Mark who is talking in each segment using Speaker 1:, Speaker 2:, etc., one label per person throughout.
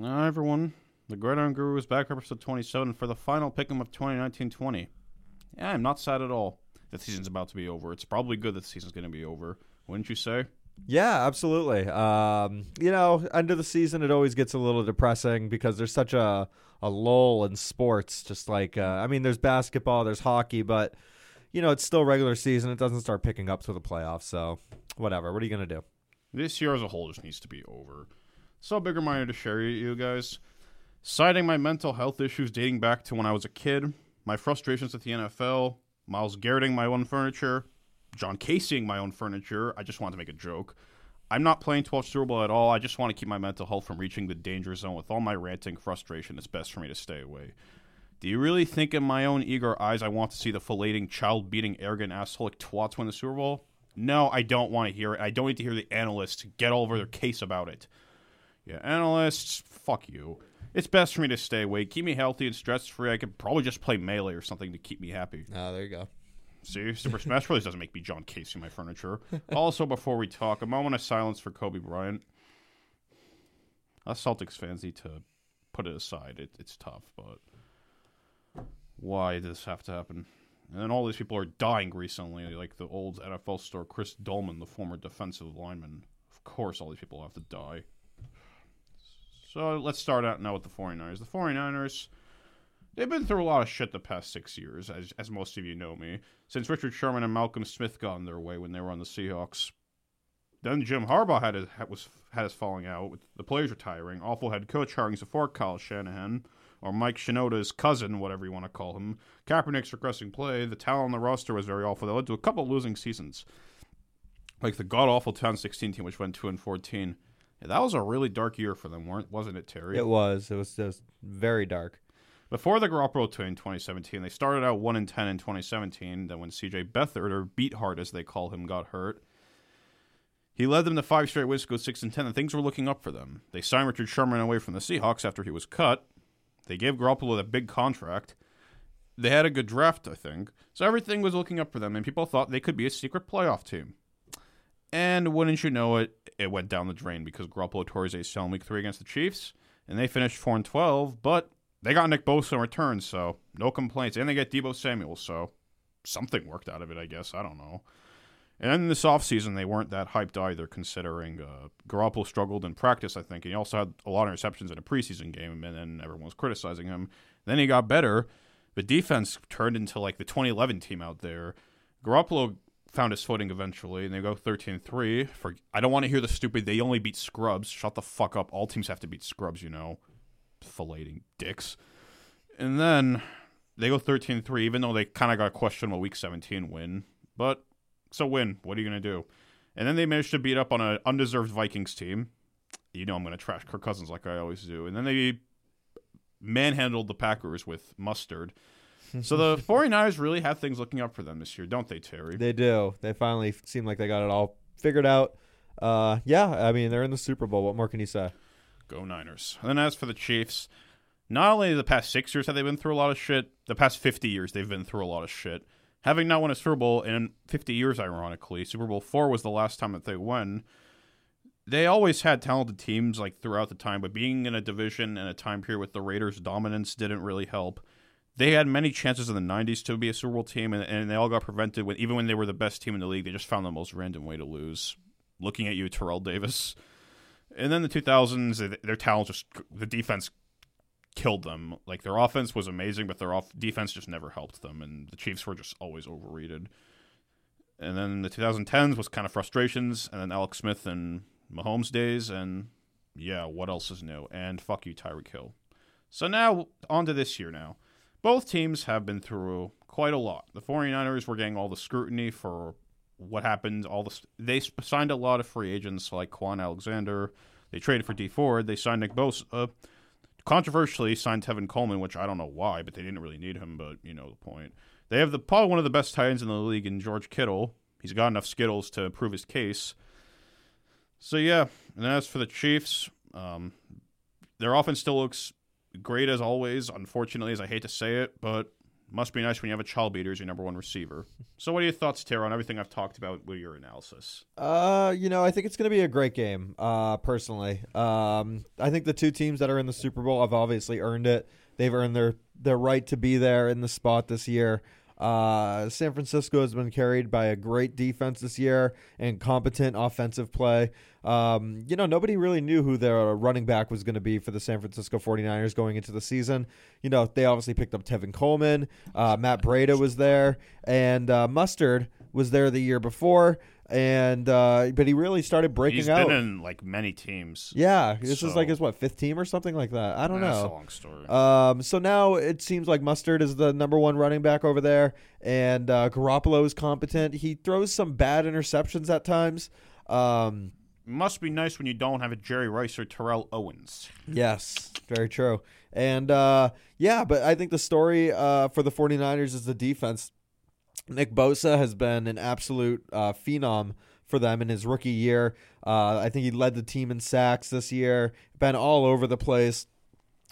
Speaker 1: Hi, everyone. The Gridiron Guru is back for episode 27 for the final pick'em of 2019-20. Yeah, I'm not sad at all. The season's about to be over. It's probably good that the season's going to be over, wouldn't you say?
Speaker 2: Yeah, absolutely. Um, you know, end of the season, it always gets a little depressing because there's such a, a lull in sports. Just like, uh, I mean, there's basketball, there's hockey, but, you know, it's still regular season. It doesn't start picking up to the playoffs. So, whatever. What are you going to do?
Speaker 1: This year as a whole just needs to be over. So, a big reminder to share with you guys. Citing my mental health issues dating back to when I was a kid, my frustrations with the NFL, Miles Garretting my own furniture, John Caseying my own furniture. I just wanted to make a joke. I'm not playing 12 Super Bowl at all. I just want to keep my mental health from reaching the danger zone. With all my ranting frustration, it's best for me to stay away. Do you really think in my own eager eyes I want to see the filleting, child beating, arrogant assholic twats win the Super Bowl? No, I don't want to hear it. I don't need to hear the analysts get all over their case about it. Yeah, analysts, fuck you. It's best for me to stay away. Keep me healthy and stress free. I could probably just play melee or something to keep me happy.
Speaker 2: Oh, there you go.
Speaker 1: See, Super Smash Bros. doesn't make me John Casey my furniture. also, before we talk, a moment of silence for Kobe Bryant. Us Celtics fans need to put it aside. It, it's tough, but why did this have to happen? And then all these people are dying recently, like the old NFL star Chris Dolman, the former defensive lineman. Of course, all these people have to die. So let's start out now with the 49ers. The 49ers, they've been through a lot of shit the past six years, as, as most of you know me, since Richard Sherman and Malcolm Smith got in their way when they were on the Seahawks. Then Jim Harbaugh had his, had, was, had his falling out, with the players retiring, awful head coach hirings before Kyle Shanahan, or Mike Shinoda's cousin, whatever you want to call him. Kaepernick's regressing play, the talent on the roster was very awful. That led to a couple losing seasons, like the god awful Town 16 team, which went 2 and 14. Yeah, that was a really dark year for them, weren't, wasn't it, Terry?
Speaker 2: It was. It was just very dark.
Speaker 1: Before the Garoppolo team in 2017, they started out 1 and 10 in 2017. Then when CJ Beathard, or Beat Hard as they call him, got hurt, he led them to five straight wins to go 6 and 10, and things were looking up for them. They signed Richard Sherman away from the Seahawks after he was cut. They gave Garoppolo that big contract. They had a good draft, I think. So everything was looking up for them, and people thought they could be a secret playoff team. And wouldn't you know it, it went down the drain because Garoppolo tore his ACL in Week Three against the Chiefs, and they finished four and twelve. But they got Nick Bosa in return, so no complaints. And they get Debo Samuel, so something worked out of it, I guess. I don't know. And then this offseason, they weren't that hyped either, considering uh, Garoppolo struggled in practice, I think. And he also had a lot of interceptions in a preseason game, and then everyone was criticizing him. Then he got better. The defense turned into like the 2011 team out there. Garoppolo found his footing eventually, and they go 13-3. For I don't want to hear the stupid. They only beat scrubs. Shut the fuck up. All teams have to beat scrubs, you know. Filleting dicks. And then they go 13-3, even though they kind of got a questionable Week 17 win. But it's a win. What are you gonna do? And then they managed to beat up on an undeserved Vikings team. You know I'm gonna trash Kirk Cousins like I always do. And then they manhandled the Packers with mustard. So the 49ers really have things looking up for them this year, don't they, Terry?
Speaker 2: They do. They finally f- seem like they got it all figured out. Uh, yeah, I mean, they're in the Super Bowl. What more can you say?
Speaker 1: Go Niners. And then as for the Chiefs, not only the past six years have they been through a lot of shit, the past 50 years they've been through a lot of shit. Having not won a Super Bowl in 50 years, ironically, Super Bowl four was the last time that they won. They always had talented teams like throughout the time, but being in a division and a time period with the Raiders' dominance didn't really help. They had many chances in the '90s to be a Super Bowl team, and, and they all got prevented. When even when they were the best team in the league, they just found the most random way to lose. Looking at you, Terrell Davis. And then the 2000s, th- their talent just the defense killed them. Like their offense was amazing, but their off defense just never helped them, and the Chiefs were just always overrated. And then the 2010s was kind of frustrations, and then Alex Smith and Mahomes days, and yeah, what else is new? And fuck you, Tyreek Hill. So now on to this year now. Both teams have been through quite a lot. The 49ers were getting all the scrutiny for what happened. All the they sp- signed a lot of free agents like Quan Alexander. They traded for D Ford. They signed Nick Bosa. uh, Controversially signed Tevin Coleman, which I don't know why, but they didn't really need him. But you know the point. They have the probably one of the best tight ends in the league in George Kittle. He's got enough skittles to prove his case. So yeah, and as for the Chiefs, um, their offense still looks great as always. Unfortunately, as I hate to say it, but Must be nice when you have a child beater as your number one receiver. So, what are your thoughts, Tara, on everything I've talked about with your analysis?
Speaker 2: Uh, you know, I think it's going to be a great game. Uh, personally, um, I think the two teams that are in the Super Bowl have obviously earned it. They've earned their their right to be there in the spot this year. Uh, San Francisco has been carried by a great defense this year and competent offensive play. Um, you know, nobody really knew who their running back was going to be for the San Francisco 49ers going into the season. You know, they obviously picked up Tevin Coleman, uh, Matt Breda was there, and uh, Mustard was there the year before. And uh, but he really started breaking
Speaker 1: He's
Speaker 2: out.
Speaker 1: been in like many teams.
Speaker 2: yeah, this is
Speaker 1: So-
Speaker 2: like his what fifth team or something like that. I don't
Speaker 1: That's
Speaker 2: know.
Speaker 1: a long story.
Speaker 2: Um, so now it seems like Mustard is the number one running back over there, and uh, Garoppolo is competent. He throws some bad interceptions at times. Um,
Speaker 1: Must be nice when you don't have a Jerry Rice or Terrell Owens.
Speaker 2: yes, very true. And uh, yeah, but I think the story uh, for the 49ers is the defense. Nick Bosa has been an absolute uh, phenom for them in his rookie year. Uh, I think he led the team in sacks this year, been all over the place.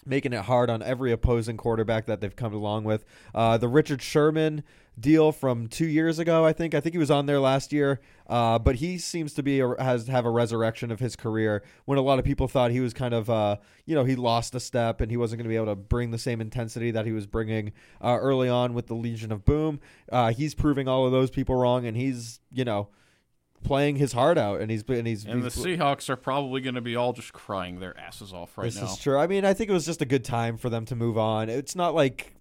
Speaker 2: making it hard on every opposing quarterback that they've come along with. Uh, the Richard Sherman deal from two years ago, I think. I think he was on there last year, uh, but he seems to be a, has have a resurrection of his career. When a lot of people thought he was kind of, uh, you know, he lost a step and he wasn't going to be able to bring the same intensity that he was bringing uh, early on with the Legion of Boom. Uh, he's proving all of those people wrong, and he's, you know. Playing his heart out, and he's and he's
Speaker 1: And the
Speaker 2: he's-
Speaker 1: Seahawks are probably going to be all just crying their asses off right
Speaker 2: this
Speaker 1: now.
Speaker 2: is true. I mean, I think it was just a good time for them to move on. It's not like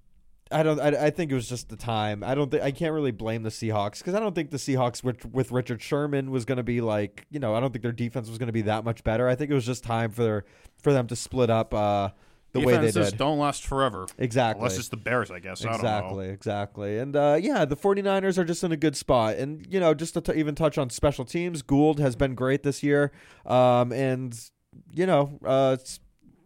Speaker 2: I don't. I, I think it was just the time. I don't. think I can't really blame the Seahawks because I don't think the Seahawks with, with Richard Sherman was going to be like you know. I don't think their defense was going to be that much better. I think it was just time for their, for them to split up uh, the way they
Speaker 1: Defenses
Speaker 2: did.
Speaker 1: don't last forever.
Speaker 2: Exactly.
Speaker 1: Unless it's the Bears, I guess. I don't know.
Speaker 2: Exactly, exactly. And uh, yeah, the 49ers are just in a good spot. And, you know, just to t- even touch on special teams, Gould has been great this year. Um, and, you know, uh, it's-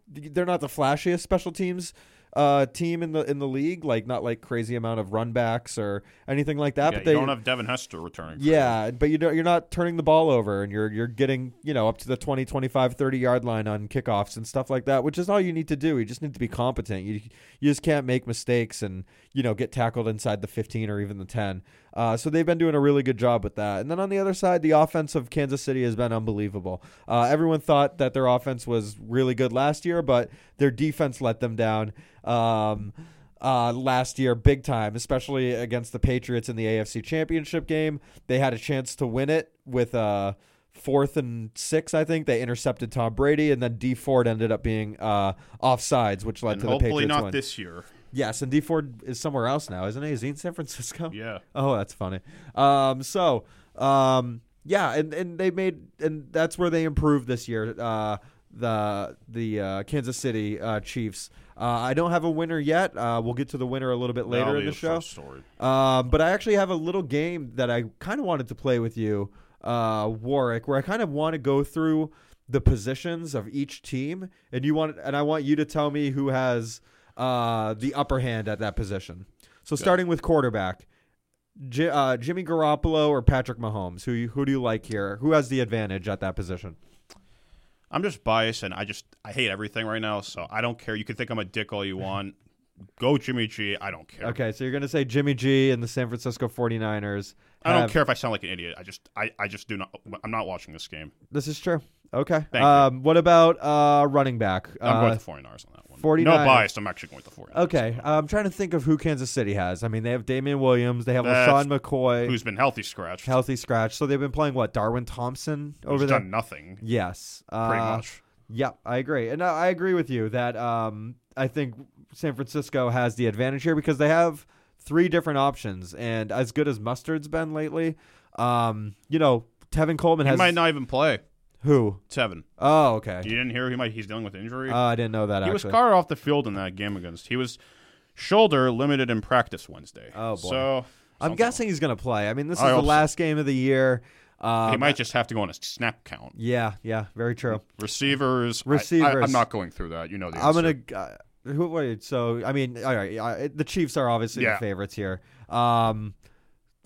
Speaker 2: they're not the flashiest special teams. Uh, team in the in the league, like not like crazy amount of run backs or anything like that.
Speaker 1: Yeah,
Speaker 2: but
Speaker 1: you
Speaker 2: they
Speaker 1: don't have Devin Hester returning. for
Speaker 2: yeah, but you don't, you're not turning the ball over and you're you're getting, you know, up to the 20, 25, 30 yard line on kickoffs and stuff like that, which is all you need to do. You just need to be competent. You you just can't make mistakes and, you know, get tackled inside the 15 or even the 10. Uh, so they've been doing a really good job with that. And then on the other side, the offense of Kansas City has been unbelievable. Uh, everyone thought that their offense was really good last year, but their defense let them down. Um, uh, last year, big time, especially against the Patriots in the AFC Championship game. They had a chance to win it with uh, fourth and six, I think. They intercepted Tom Brady, and then D Ford ended up being uh, offsides, which led
Speaker 1: And
Speaker 2: to the
Speaker 1: hopefully
Speaker 2: Patriots
Speaker 1: not
Speaker 2: win.
Speaker 1: this year.
Speaker 2: yes, and D Ford is somewhere else now, isn't he? Is he in San Francisco?
Speaker 1: Yeah.
Speaker 2: Oh, that's funny. Um, so, um, yeah, and, and they made and that's where they improved this year. Uh, the the uh, Kansas City uh, Chiefs. Uh, I don't have a winner yet. Uh, we'll get to the winner a little bit later
Speaker 1: That'll
Speaker 2: in
Speaker 1: be
Speaker 2: the show.
Speaker 1: first Story.
Speaker 2: Um, but I actually have a little game that I kind of wanted to play with you, uh, Warwick, where I kind of want to go through the positions of each team, and you want and I want you to tell me who has uh, the upper hand at that position. So starting with quarterback, J- uh, Jimmy Garoppolo or Patrick Mahomes, who you- who do you like here? Who has the advantage at that position?
Speaker 1: I'm just biased, and I just I hate everything right now. So I don't care. You can think I'm a dick all you want. Go Jimmy G. I don't care.
Speaker 2: Okay, so you're gonna say Jimmy G and the San Francisco 49ers.
Speaker 1: I don't
Speaker 2: have-
Speaker 1: care if I sound like an idiot. I just I, I just do not. I'm not watching this game.
Speaker 2: This is true. Okay.
Speaker 1: you.
Speaker 2: um, what about uh, running back?
Speaker 1: I'm
Speaker 2: uh,
Speaker 1: going with the 49ers on that one.
Speaker 2: 49ers.
Speaker 1: No bias. I'm actually going with the 49ers.
Speaker 2: Okay, I'm trying to think of who Kansas City has. I mean, they have Damian Williams, they have
Speaker 1: That's
Speaker 2: LaShawn McCoy,
Speaker 1: Who's been healthy scratched?
Speaker 2: healthy scratch. So they've been playing what Darwin Thompson
Speaker 1: Who's
Speaker 2: over there.
Speaker 1: done nothing.
Speaker 2: Yes, uh,
Speaker 1: Pretty much.
Speaker 2: Yeah, I agree, and I I agree with you that um, I think San Francisco has the advantage here because they have three different options, and as good as Mustard's been lately, um, you know, Tevin Coleman
Speaker 1: He
Speaker 2: has
Speaker 1: might not even play.
Speaker 2: who?
Speaker 1: Seven.
Speaker 2: Oh, okay.
Speaker 1: You didn't hear he might he's dealing with injury.
Speaker 2: Uh, I didn't know that.
Speaker 1: he was
Speaker 2: actually.
Speaker 1: carted off the field in that game against. He was shoulder limited in practice Wednesday.
Speaker 2: Oh, boy.
Speaker 1: So
Speaker 2: I'm
Speaker 1: something.
Speaker 2: guessing he's going to play. I mean, this
Speaker 1: I
Speaker 2: is the
Speaker 1: hope so.
Speaker 2: last game of the year. Um,
Speaker 1: he might just have to go on a snap count.
Speaker 2: Yeah, yeah, very true.
Speaker 1: Receivers, I- I,
Speaker 2: Receivers.
Speaker 1: am not going through that. You know the answer.
Speaker 2: I'm gonna. Uh, who, wait, so I mean, all right, I, the Chiefs are obviously
Speaker 1: Yeah.
Speaker 2: the favorites here. Um,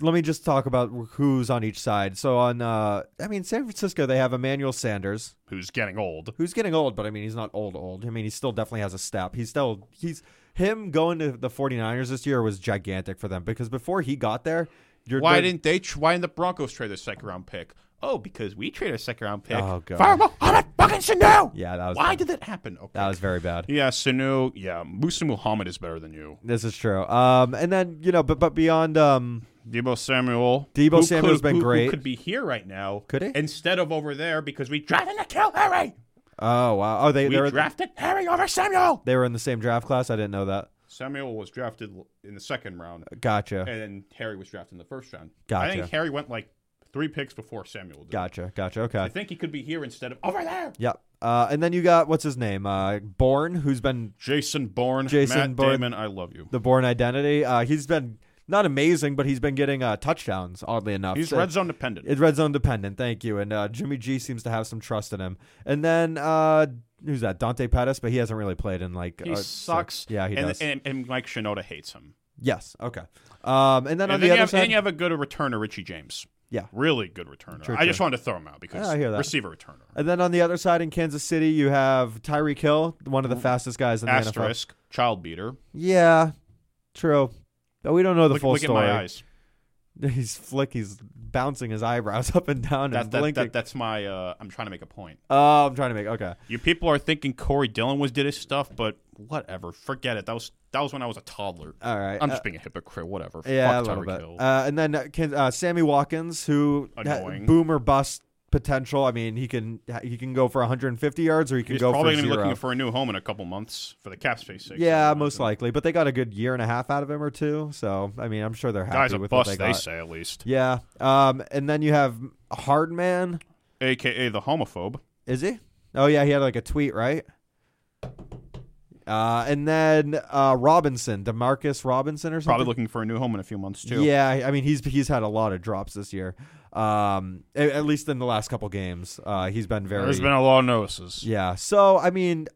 Speaker 2: let me just talk about who's on each side. So on, uh, I mean, San Francisco, they have Emmanuel Sanders,
Speaker 1: who's getting old.
Speaker 2: who's getting old, but I mean, he's not old old. I mean, he still definitely has a step. He's still he's him going to the 49ers this year was gigantic for them because before he got there, you're
Speaker 1: Why
Speaker 2: they're-
Speaker 1: didn't they? Tr- why didn't the Broncos trade their second round pick? Oh, because we traded a second round pick.
Speaker 2: Oh, God.
Speaker 1: Fireball Ahmed fucking Sanu.
Speaker 2: Yeah, that was
Speaker 1: why did that happen? Okay.
Speaker 2: that was very bad.
Speaker 1: yeah, Sanu. Yeah, Musa Muhammad is better than you.
Speaker 2: This is true. Um, and then you know, but but beyond um,
Speaker 1: Debo Samuel.
Speaker 2: Debo
Speaker 1: who
Speaker 2: Samuel's
Speaker 1: could-
Speaker 2: been
Speaker 1: who-
Speaker 2: great.
Speaker 1: Who could be here right now?
Speaker 2: Could he?
Speaker 1: Instead of over there because we drafted to kill Harry.
Speaker 2: oh wow, oh they
Speaker 1: We
Speaker 2: they were,
Speaker 1: drafted Harry over Samuel.
Speaker 2: they were in the same draft class. I didn't know that.
Speaker 1: Samuel was drafted l- in the second round,
Speaker 2: Gotcha,
Speaker 1: and then Harry was drafted in the first round. I
Speaker 2: Gotcha.
Speaker 1: think Harry went like three picks before Samuel did.
Speaker 2: gotcha, gotcha.
Speaker 1: I
Speaker 2: Okay,
Speaker 1: think he could be here instead of over there.
Speaker 2: yep. Uh, and then you got what's his name, uh, Bourne, who's been
Speaker 1: Jason Bourne,
Speaker 2: Jason
Speaker 1: Matt
Speaker 2: Bourne.
Speaker 1: Damon, I love you.
Speaker 2: the Bourne identity. Uh, he's been not amazing, but he's been getting uh, touchdowns. Oddly enough,
Speaker 1: He's
Speaker 2: So-
Speaker 1: red zone dependent.
Speaker 2: It's red zone dependent. Thank you. And uh, Jimmy G seems to have some trust in him. And then uh, who's that? Dante Pettis, but he hasn't really played in like.
Speaker 1: he
Speaker 2: uh,
Speaker 1: sucks.
Speaker 2: six- Yeah, he
Speaker 1: and,
Speaker 2: does.
Speaker 1: And, and Mike Shinoda hates him.
Speaker 2: yes. Okay. Um, and then on
Speaker 1: And then,
Speaker 2: the
Speaker 1: you
Speaker 2: other
Speaker 1: have,
Speaker 2: side,
Speaker 1: and you have a good returner, Richie James.
Speaker 2: Yeah.
Speaker 1: really good returner.
Speaker 2: True,
Speaker 1: I
Speaker 2: true.
Speaker 1: just wanted to throw him out because
Speaker 2: Yeah, I hear that.
Speaker 1: receiver returner.
Speaker 2: and then on the other side in Kansas City, you have Tyreek Hill, one of the fastest guys in the NFL.
Speaker 1: Asterisk, child beater.
Speaker 2: Yeah, true. But we don't know the
Speaker 1: look
Speaker 2: full
Speaker 1: look
Speaker 2: story.
Speaker 1: at my eyes.
Speaker 2: He's flick. He's bouncing his eyebrows up and down
Speaker 1: That,
Speaker 2: and
Speaker 1: that,
Speaker 2: blinking.
Speaker 1: that, that's my. Uh, I'm trying to make a point.
Speaker 2: oh, I'm trying to make okay.
Speaker 1: You people are thinking Corey Dillon was did his stuff, but whatever. Forget it. That was that was when I was a toddler.
Speaker 2: All right.
Speaker 1: I'm
Speaker 2: uh,
Speaker 1: just being a hypocrite. Whatever.
Speaker 2: Yeah,
Speaker 1: Fuck
Speaker 2: a little
Speaker 1: Tyreek
Speaker 2: bit.
Speaker 1: Hill.
Speaker 2: Uh, and then uh, can, uh, Sammy Watkins, who
Speaker 1: Annoying.
Speaker 2: boomer bust potential. I mean, he can he can go for 150 yards or he can
Speaker 1: He's
Speaker 2: go
Speaker 1: probably
Speaker 2: for
Speaker 1: gonna
Speaker 2: zero.
Speaker 1: be looking for a new home in a couple months for the cap space. sake.
Speaker 2: yeah,
Speaker 1: So,
Speaker 2: most likely. But they got a good year and a half out of him or two. So I mean, I'm sure they're happy
Speaker 1: Guy's a
Speaker 2: with
Speaker 1: bust.
Speaker 2: what
Speaker 1: They,
Speaker 2: they, got.
Speaker 1: say at least,
Speaker 2: Yeah. Um, and then you have Hardman.
Speaker 1: aka the homophobe.
Speaker 2: Is he? Oh yeah, he had like a tweet, right? Uh, and then uh, Robinson, Demarcus Robinson or something.
Speaker 1: Probably looking for a new home in a few months too.
Speaker 2: Yeah, I I mean he's he's had a lot of drops this year. Um, a- at, least in the last couple games, uh, he's been very.
Speaker 1: There's been a lot of notices.
Speaker 2: yeah, so I mean,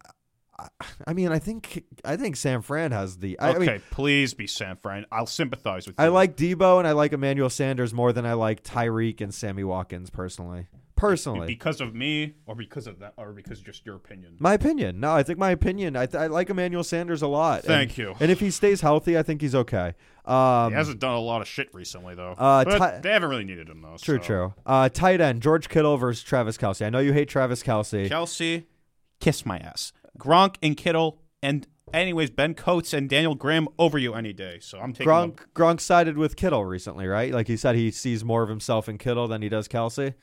Speaker 2: I, I mean, I think I think San Fran has the. I, I
Speaker 1: okay,
Speaker 2: mean,
Speaker 1: please be San Fran. I'll sympathize with you.
Speaker 2: I like Debo and I like Emmanuel Sanders more than I like Tyreek and Sammy Watkins personally. Personally,
Speaker 1: because of me, or because of that, or because just your opinion.
Speaker 2: my opinion. No, I think my opinion. I, th- I like Emmanuel Sanders a lot.
Speaker 1: Thank
Speaker 2: and,
Speaker 1: you.
Speaker 2: And if he stays healthy, I think he's okay. Um,
Speaker 1: He hasn't done a lot of shit recently though.
Speaker 2: Uh,
Speaker 1: But
Speaker 2: Ty-
Speaker 1: they haven't really needed him though.
Speaker 2: True,
Speaker 1: so.
Speaker 2: true. Uh, tight end George Kittle versus Travis Kelsey. I know you hate Travis Kelsey.
Speaker 1: Kelsey, kiss my ass. Gronk and Kittle, and anyways, Ben Coates and Daniel Graham over you any day. So I'm taking.
Speaker 2: Gronk
Speaker 1: the-
Speaker 2: Gronk sided with Kittle recently, right? Like he said, he sees more of himself in Kittle than he does Kelsey.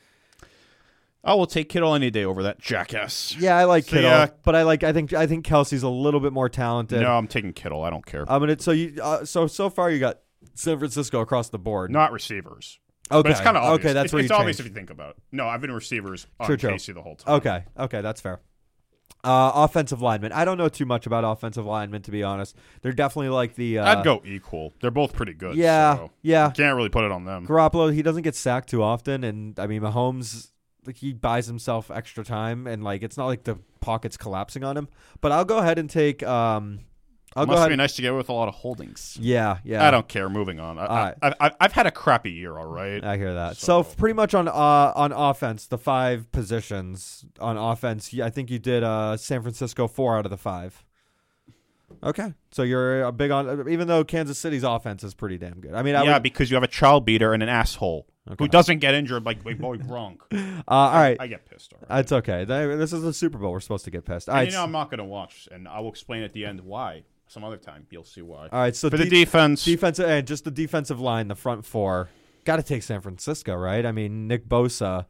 Speaker 1: I will take Kittle any day over that jackass.
Speaker 2: Yeah, I like
Speaker 1: So,
Speaker 2: Kittle,
Speaker 1: yeah.
Speaker 2: but I like I think I think Kelsey's a little bit more talented.
Speaker 1: uh, No, I'm taking Kittle. I don't care.
Speaker 2: I mean, it, so you uh, so so far you got San Francisco across the board.
Speaker 1: Not receivers.
Speaker 2: okay,
Speaker 1: But it's kind of obvious.
Speaker 2: okay. That's
Speaker 1: it's,
Speaker 2: where
Speaker 1: it's
Speaker 2: you
Speaker 1: obvious
Speaker 2: changed.
Speaker 1: if you think about it. No, I've been receivers on
Speaker 2: True, true.
Speaker 1: Casey the whole time.
Speaker 2: Okay, okay, that's fair. Uh, offensive lineman. I don't know too much about offensive linemen to be honest. They're definitely like the. Uh,
Speaker 1: I'd go equal. They're both pretty good.
Speaker 2: Yeah,
Speaker 1: so
Speaker 2: yeah.
Speaker 1: can't really put it on them.
Speaker 2: Garoppolo, he doesn't get sacked too often, and I mean Mahomes, like he buys himself extra time, and like it's not like the pocket's collapsing on him. But I'll go ahead and take. Um, I'll go
Speaker 1: Must
Speaker 2: ahead.
Speaker 1: be nice to get with a lot of holdings.
Speaker 2: yeah, yeah.
Speaker 1: I don't care. Moving on. I,
Speaker 2: All right. Uh,
Speaker 1: I, I, I've had a crappy year. All right.
Speaker 2: I hear that. So,
Speaker 1: So-
Speaker 2: pretty much on uh, on offense, the five positions on offense, you- I think you did uh, San Francisco four out of the five. Okay, so you're a big on, uh, even though Kansas City's offense is pretty damn good. I mean, I
Speaker 1: yeah,
Speaker 2: would,
Speaker 1: because you have a child beater and an asshole
Speaker 2: Okay.
Speaker 1: who doesn't get injured like my boy Gronk.
Speaker 2: uh, all right,
Speaker 1: I get pissed. All right.
Speaker 2: it's okay. Th- This is the Super Bowl. We're supposed to get pissed. All
Speaker 1: And
Speaker 2: right,
Speaker 1: you know, I'm not going to watch, and I will explain at the end why. Some other time, you'll see why.
Speaker 2: all right. So
Speaker 1: For the
Speaker 2: de-
Speaker 1: defense,
Speaker 2: defensive and just the defensive line, the front four. Got to take San Francisco, right? I mean, Nick Bosa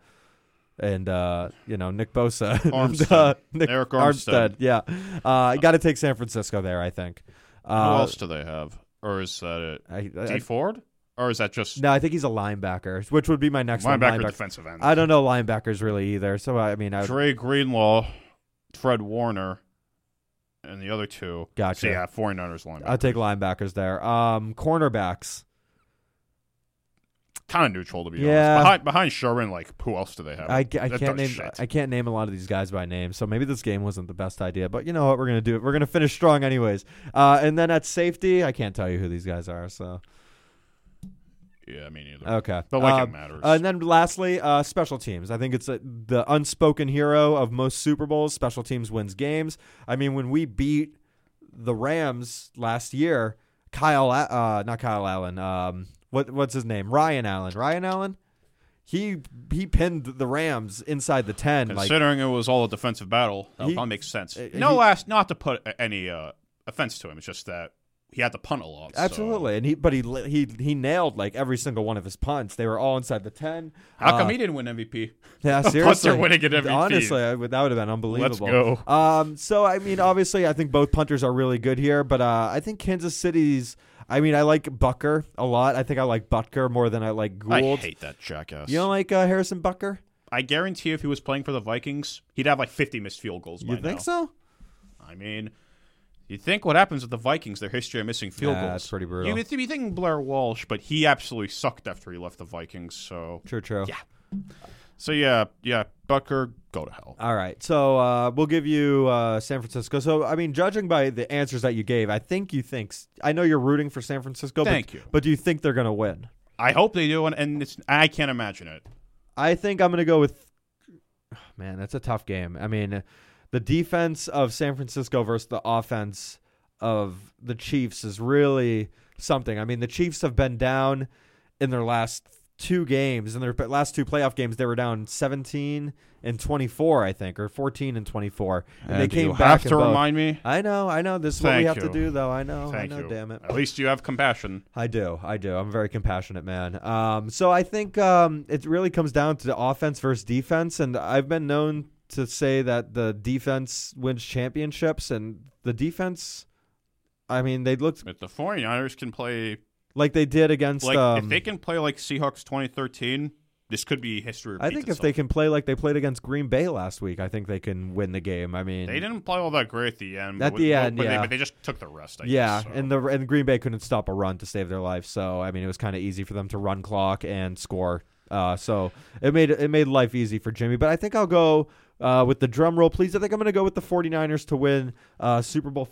Speaker 2: and uh, you know Nick Bosa, and,
Speaker 1: Armstead.
Speaker 2: uh, Nick
Speaker 1: Eric Armstead.
Speaker 2: Yeah, uh, got to take San Francisco there. I think.
Speaker 1: who
Speaker 2: Uh,
Speaker 1: else do they have? Or is that it?
Speaker 2: I, I-
Speaker 1: D Ford? Or is that just
Speaker 2: no, I think he's a linebacker, which would be my next one,
Speaker 1: linebacker, defensive end?
Speaker 2: I don't know linebackers really either. So I mean, I
Speaker 1: Dre Greenlaw, Fred Warner, and the other two.
Speaker 2: Gotcha.
Speaker 1: So yeah, 49ers linebacker.
Speaker 2: I'll take linebackers there. Um, cornerbacks.
Speaker 1: kind of neutral to be
Speaker 2: Yeah.
Speaker 1: honest. Behind behind Sherman, like who else do they have?
Speaker 2: I, I
Speaker 1: That
Speaker 2: can't
Speaker 1: does
Speaker 2: name
Speaker 1: shit.
Speaker 2: I can't name a lot of these guys by name, so maybe this game wasn't the best idea. But you know what, we're gonna do it. We're gonna finish strong, anyways. Uh, and then at safety, I can't tell you who these guys are. So
Speaker 1: Yeah, me neither.
Speaker 2: Okay.
Speaker 1: But like it
Speaker 2: Um,
Speaker 1: matters.
Speaker 2: and then lastly, uh, special teams. I think it's uh the unspoken hero of most Super Bowls. Special teams wins games. I mean, when we beat the Rams last year, Kyle, A- uh, not Kyle Allen. Um, what what's his name? Ryan Allen. Ryan Allen. He he pinned the Rams inside the ten. Like
Speaker 1: Considering it was all a defensive battle, that
Speaker 2: He-
Speaker 1: probably makes sense.
Speaker 2: uh,
Speaker 1: No
Speaker 2: he-
Speaker 1: last, not to put a- any uh, offense to him. It's just that he had to punt a lot. so-
Speaker 2: absolutely. And he but he li- he he nailed like every single one of his punts. They were all inside the ten.
Speaker 1: How
Speaker 2: Uh,
Speaker 1: come he didn't win MVP?
Speaker 2: Yeah,
Speaker 1: Plus, they're
Speaker 2: seriously.
Speaker 1: winning an MVP.
Speaker 2: Honestly, I would, that would have been unbelievable.
Speaker 1: go.
Speaker 2: Um, so, I mean, obviously, I think both punters are really good here, but uh, I think Kansas City's. I mean, I like Bucker a lot. I think I like Butker more than I like Gould.
Speaker 1: I hate that jackass.
Speaker 2: you don't like uh, Harrison Bucker?
Speaker 1: I guarantee if he was playing for the Vikings, he'd have like 50 missed field goals.
Speaker 2: You
Speaker 1: by now.
Speaker 2: think so?
Speaker 1: I mean, you think what happens with the Vikings? Their history of missing field
Speaker 2: Yeah,
Speaker 1: goals.
Speaker 2: that's pretty brutal.
Speaker 1: You would be thinking Blair Walsh, but he absolutely sucked after he left the Vikings. So,
Speaker 2: True, true.
Speaker 1: Yeah. so yeah, yeah, Bucker, go to hell.
Speaker 2: All right, so uh, we'll give you uh, San Francisco. So, I mean, judging by the answers that you gave, I think you think I know you're rooting for San Francisco.
Speaker 1: Thank
Speaker 2: but,
Speaker 1: you.
Speaker 2: But do you think they're going to win?
Speaker 1: I hope they do, and, and it's I can't imagine it.
Speaker 2: I think I'm going to go with. Man, that's a tough game. I mean, the defense of San Francisco versus the offense of the Chiefs is really something. I mean, the Chiefs have been down in their last two games. In their last two playoff games, they were down 17 and 24, I think, or 14 and 24. And, they
Speaker 1: And
Speaker 2: came
Speaker 1: you
Speaker 2: back
Speaker 1: have
Speaker 2: and
Speaker 1: to
Speaker 2: both-
Speaker 1: remind me.
Speaker 2: I know, I know. This is what we
Speaker 1: Thank
Speaker 2: have to
Speaker 1: you.
Speaker 2: do, though. I know,
Speaker 1: Thank
Speaker 2: I know.
Speaker 1: you.
Speaker 2: Damn it.
Speaker 1: At least you have compassion.
Speaker 2: I do. I do. I'm a very compassionate man. Um, so I think um, it really comes down to offense versus defense. And I've been known to say that the defense wins championships. And the defense, I mean, they looked
Speaker 1: If the 49ers can play
Speaker 2: like they did against.
Speaker 1: like
Speaker 2: um,
Speaker 1: if they can play like Seahawks 2013, this could be history.
Speaker 2: I think if they can play like they played against Green Bay last week, I think they can win the game. I mean,
Speaker 1: they didn't play all that great at the end. but
Speaker 2: At
Speaker 1: with-
Speaker 2: the
Speaker 1: but-
Speaker 2: end,
Speaker 1: but, they,
Speaker 2: yeah.
Speaker 1: but they just took the rest. I guess,
Speaker 2: yeah,
Speaker 1: so.
Speaker 2: and the and Green Bay couldn't stop a run to save their life. So I mean, it was kind of easy for them to run clock and score. Uh, so it made it made life easy for Jimmy. But I think I'll go uh, with the drum roll, please. I think I'm going to go with the 49ers to win uh, Super Bowl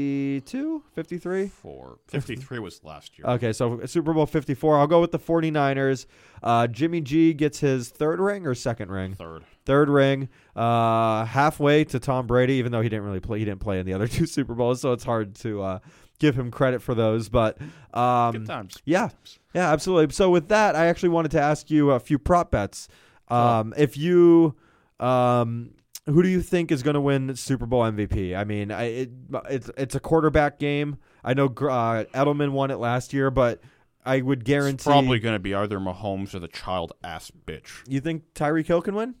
Speaker 2: 52, 53.
Speaker 1: four. 53 was last year.
Speaker 2: Okay, so Super Bowl 54. I'll go with the 49ers. Uh, Jimmy G gets his third ring or second ring?
Speaker 1: Third.
Speaker 2: third ring, uh, halfway to Tom Brady, even though he didn't really play. He didn't play in the other two Super Bowls, so it's hard to uh, give him credit for those. But
Speaker 1: Good
Speaker 2: um,
Speaker 1: times.
Speaker 2: yeah, yeah, absolutely. So with that, I actually wanted to ask you a few prop bets. Um, If you, um, who do you think is going to win Super Bowl MVP? I mean, I, it, it's it's a quarterback game. I know Gr- uh, Edelman won it last year, but I would guarantee.
Speaker 1: It's probably going to be either Mahomes or the child ass bitch.
Speaker 2: you think Tyreek Hill can win?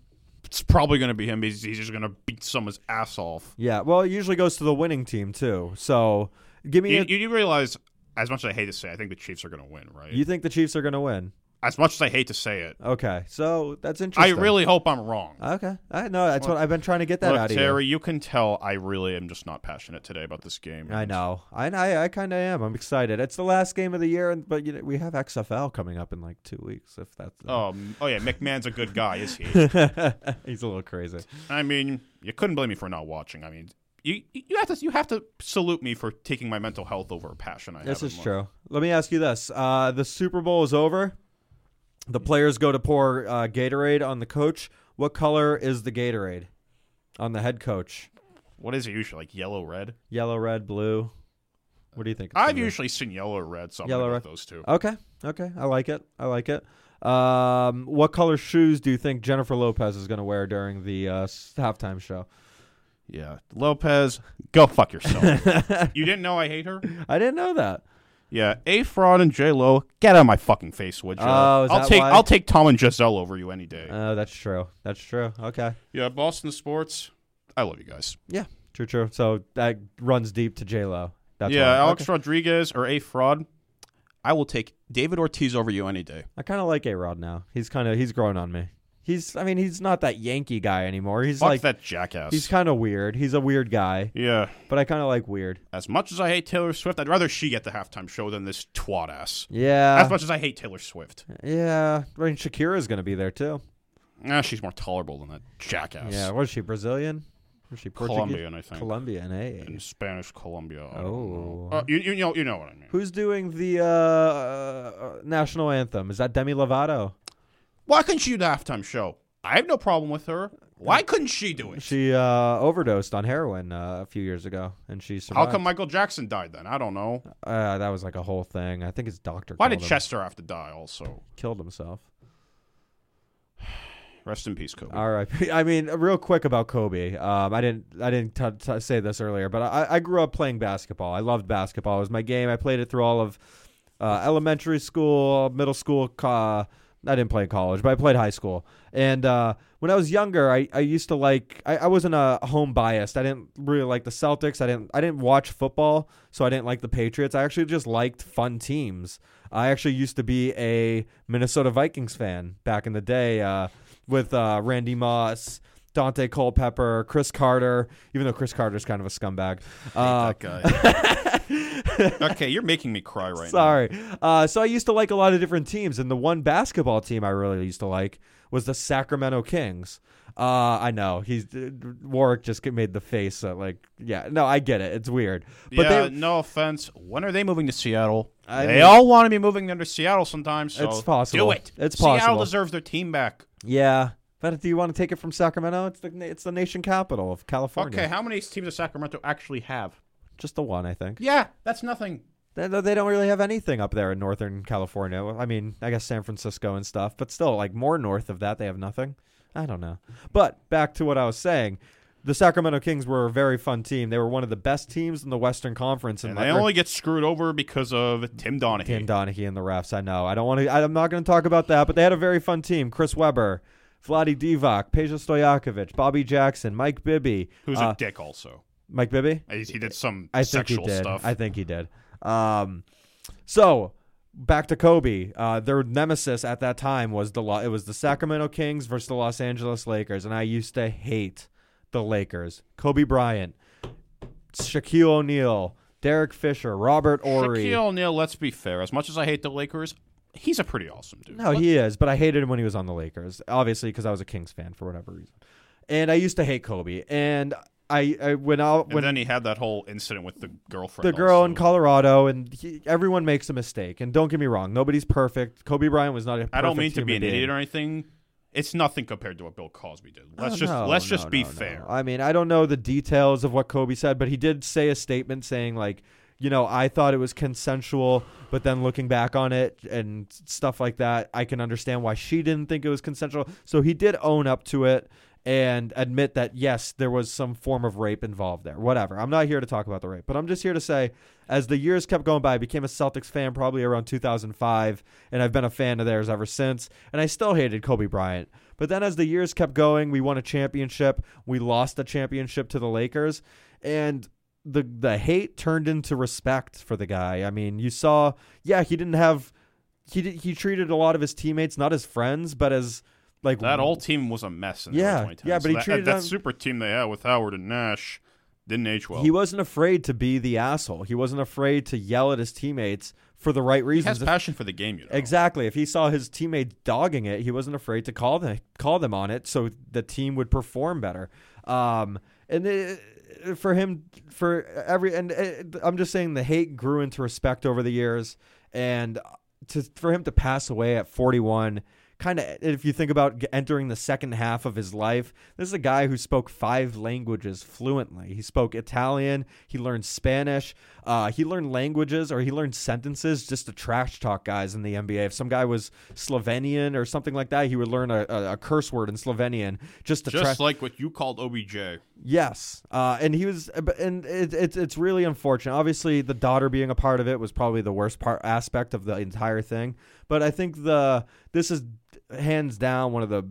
Speaker 1: It's probably going to be him. He's, he's just going to beat someone's ass off.
Speaker 2: Yeah, well, it usually goes to the winning team too. So, give
Speaker 1: You,
Speaker 2: me. a, you,
Speaker 1: you, you realize, as much as I hate to say, I think the Chiefs are going to win, right?
Speaker 2: think the Chiefs are going to win?
Speaker 1: as much as I hate to say it,
Speaker 2: Okay, so that's
Speaker 1: I
Speaker 2: interesting.
Speaker 1: really hope I'm wrong.
Speaker 2: Okay, I know that's what I've been trying to get that
Speaker 1: Look,
Speaker 2: out of
Speaker 1: Terry, you can tell I really am just not passionate today about this game.
Speaker 2: you. I know. I I, I kind of am. I'm excited. It's the last game of the year, and but you know, we have XFL coming up in like two weeks. If that's
Speaker 1: Um, oh yeah, McMahon's a good guy, is he? Oh.
Speaker 2: he's a little crazy.
Speaker 1: I mean, you couldn't blame me for not watching. I mean, you you have to you have to salute me for taking my mental health over a passion. I
Speaker 2: This
Speaker 1: have in
Speaker 2: is
Speaker 1: life.
Speaker 2: true. Let me ask you this: uh, the Super Bowl is over. The
Speaker 1: Mm-hmm.
Speaker 2: players go to pour uh, Gatorade on the coach. What color is the Gatorade on the head coach?
Speaker 1: What is it usually like? Yellow, red.
Speaker 2: Yellow, red, blue. What do you think? it's
Speaker 1: I've
Speaker 2: gonna be?
Speaker 1: usually seen yellow or red, so I'm
Speaker 2: Yellow,
Speaker 1: yellow,
Speaker 2: red.
Speaker 1: those two.
Speaker 2: Okay. Okay. I like it. I like it. Um, what color shoes do you think Jennifer Lopez is going to wear during the uh, s- halftime show?
Speaker 1: Yeah, Lopez, go fuck yourself. you didn't know I hate her?
Speaker 2: I didn't know that.
Speaker 1: Yeah, A Fraud and J Lo, get out of my fucking face, would you?
Speaker 2: Oh, is
Speaker 1: I'll
Speaker 2: that
Speaker 1: take
Speaker 2: why?
Speaker 1: I'll take Tom and Giselle over you any day.
Speaker 2: Oh, that's true. That's true. Okay.
Speaker 1: yeah, Boston sports, I love you guys.
Speaker 2: Yeah. True. True. So that runs deep to J Lo. That's
Speaker 1: yeah,
Speaker 2: why.
Speaker 1: Alex
Speaker 2: Okay.
Speaker 1: Rodriguez or A Fraud, I will take David Ortiz over you any day.
Speaker 2: I kind of like A Rod now. He's kind of he's grown on me. He's I mean he's not that Yankee guy anymore. He's
Speaker 1: Fuck
Speaker 2: like
Speaker 1: that jackass.
Speaker 2: he's kind of weird. He's a weird guy,
Speaker 1: yeah.
Speaker 2: but I kind of like weird.
Speaker 1: As much as I hate Taylor Swift, I'd rather she get the halftime show than this twat ass.
Speaker 2: Yeah.
Speaker 1: As much as I hate Taylor Swift,
Speaker 2: yeah. I mean Shakira's going to be there too.
Speaker 1: Eh, ah, she's more tolerable than that jackass.
Speaker 2: Yeah, was she Brazilian? Was she Portuguese?
Speaker 1: Colombian, I think.
Speaker 2: Colombian, eh?
Speaker 1: in Spanish Colombia. I don't
Speaker 2: Oh.
Speaker 1: know. Uh, you, you know you know what I mean.
Speaker 2: Who's doing the uh, uh, national anthem? Is that Demi Lovato?
Speaker 1: Why couldn't she do the halftime show? I have no problem with her. Why couldn't she do it?
Speaker 2: She uh, overdosed on heroin uh, a few years ago, and she survived.
Speaker 1: How come Michael Jackson died then? I don't know.
Speaker 2: Uh, that was like a whole thing. I think his doctor.
Speaker 1: Why
Speaker 2: called
Speaker 1: did
Speaker 2: him,
Speaker 1: Chester have to die also?
Speaker 2: killed himself?
Speaker 1: Rest in peace, Kobe.
Speaker 2: All right. I mean, real quick about Kobe. Um, I didn't, I didn't t- t- say this earlier, but I, I grew up playing basketball. I loved basketball. It was my game. I played it through all of uh, elementary school, middle school. co- Uh, I didn't play in college, but I played high school. And uh, when I was younger, I, I used to like. I, I wasn't a home biased. I didn't really like the Celtics. I didn't. I didn't watch football, so I didn't like the Patriots. I actually just liked fun teams. I actually used to be a Minnesota Vikings fan back in the day. Uh, with uh, Randy Moss, Dante Culpepper, Chris Carter, even though Chris Carter's kind of a scumbag. Uh,
Speaker 1: that guy. okay, you're making me cry right
Speaker 2: sorry. Uh, so I used to like a lot of different teams, and the one basketball team I really used to like was the Sacramento Kings. Uh, I know he's Warwick just made the face that like yeah no I get it it's weird
Speaker 1: now.
Speaker 2: but
Speaker 1: yeah,
Speaker 2: they,
Speaker 1: no offense. When are they moving to Seattle?
Speaker 2: I
Speaker 1: they
Speaker 2: mean-
Speaker 1: all want to be moving them to Seattle sometimes. So
Speaker 2: It's possible.
Speaker 1: Do it.
Speaker 2: It's
Speaker 1: Seattle
Speaker 2: possible.
Speaker 1: deserves their team back.
Speaker 2: yeah but do you want to take it from Sacramento it's the it's the nation capital of California
Speaker 1: Okay, how many teams does Sacramento actually have?
Speaker 2: just the one I think
Speaker 1: Yeah, that's nothing.
Speaker 2: They, they don't really have anything up there in Northern California. I mean, I guess San Francisco and stuff, but still, like more north of that, they have nothing. I don't know. But back to what I was saying, the Sacramento Kings were a very fun team. They were one of the best teams in the Western Conference, in
Speaker 1: And
Speaker 2: my-
Speaker 1: they only get screwed over because of Tim Donaghy.
Speaker 2: Tim Donaghy and the refs. I know. I don't want to. I'm not going to talk about that. But they had a very fun team. Chris Webber, Vladi Divac, Peja Stojakovic, Bobby Jackson, Mike Bibby.
Speaker 1: Who's
Speaker 2: uh,
Speaker 1: a dick also.
Speaker 2: Mike Bibby?
Speaker 1: He he did some
Speaker 2: I think he
Speaker 1: sexual
Speaker 2: did.
Speaker 1: stuff.
Speaker 2: I think he did. Um, so back to Kobe. Uh, their nemesis at that time was the Lo- it was the Sacramento Kings versus the Los Angeles Lakers, and I used to hate the Lakers. Kobe Bryant, Shaquille O'Neal, Derek Fisher, Robert Ory.
Speaker 1: Shaquille O'Neal, let's be fair. As much as I hate the Lakers, he's a pretty awesome dude.
Speaker 2: No, he is, but I hated him when he was on the Lakers, obviously because I was a Kings fan for whatever reason, and I used to hate Kobe. And I, I when I
Speaker 1: and
Speaker 2: when
Speaker 1: then he had that whole incident with the girlfriend.
Speaker 2: the girl
Speaker 1: also.
Speaker 2: in Colorado, and he, everyone makes a mistake. And don't get me wrong, nobody's perfect. Kobe Bryant was not a perfect
Speaker 1: I don't mean to be
Speaker 2: human
Speaker 1: an
Speaker 2: being.
Speaker 1: idiot or anything. It's nothing compared to what Bill Cosby did. Let's
Speaker 2: Oh,
Speaker 1: just
Speaker 2: no,
Speaker 1: let's
Speaker 2: no,
Speaker 1: just
Speaker 2: no,
Speaker 1: be
Speaker 2: no.
Speaker 1: fair.
Speaker 2: I mean, I don't know the details of what Kobe said, but he did say a statement saying like, you know, I thought it was consensual, but then looking back on it and stuff like that, I can understand why she didn't think it was consensual. So he did own up to it and admit that yes, there was some form of rape involved there. Whatever. I'm not here to talk about the rape, but I'm just here to say as the years kept going by, I became a Celtics fan probably around 2005, and I've been a fan of theirs ever since, and I still hated Kobe Bryant. But then as the years kept going, we won a championship. We lost a championship to the Lakers, and the the hate turned into respect for the guy. I mean, you saw, yeah, he didn't have he did, he treated a lot of his teammates not as friends, but as like
Speaker 1: That whole team was a mess in the
Speaker 2: Yeah,
Speaker 1: early 2010s.
Speaker 2: yeah, but he
Speaker 1: that,
Speaker 2: treated
Speaker 1: that
Speaker 2: them-
Speaker 1: super team they had with Howard and Nash didn't age well.
Speaker 2: he wasn't afraid to be the asshole. He wasn't afraid to yell at his teammates for the
Speaker 1: He
Speaker 2: right
Speaker 1: has
Speaker 2: reasons. If-
Speaker 1: passion for the game, you know.
Speaker 2: Exactly. If he saw his teammates dogging it, he wasn't afraid to call them call them on it, so the team would perform better. Um, and it, for him, for every and it, I'm just saying the hate grew into respect over the years, and to for him to pass away at 41. Kind of, if you think about g- entering the second half of his life, this is a guy who spoke five languages fluently. He spoke Italian. He learned Spanish. Uh, he learned languages or he learned sentences just to trash talk guys in the NBA. If some guy was Slovenian or something like that, he would learn a, a, a curse word in Slovenian just to
Speaker 1: Just
Speaker 2: trash.
Speaker 1: like what you called OBJ.
Speaker 2: Yes, uh, and he was, and it, it's it's really unfortunate. Obviously, the daughter being a part of it was probably the worst part aspect of the entire thing. But I think the this is hands down one of the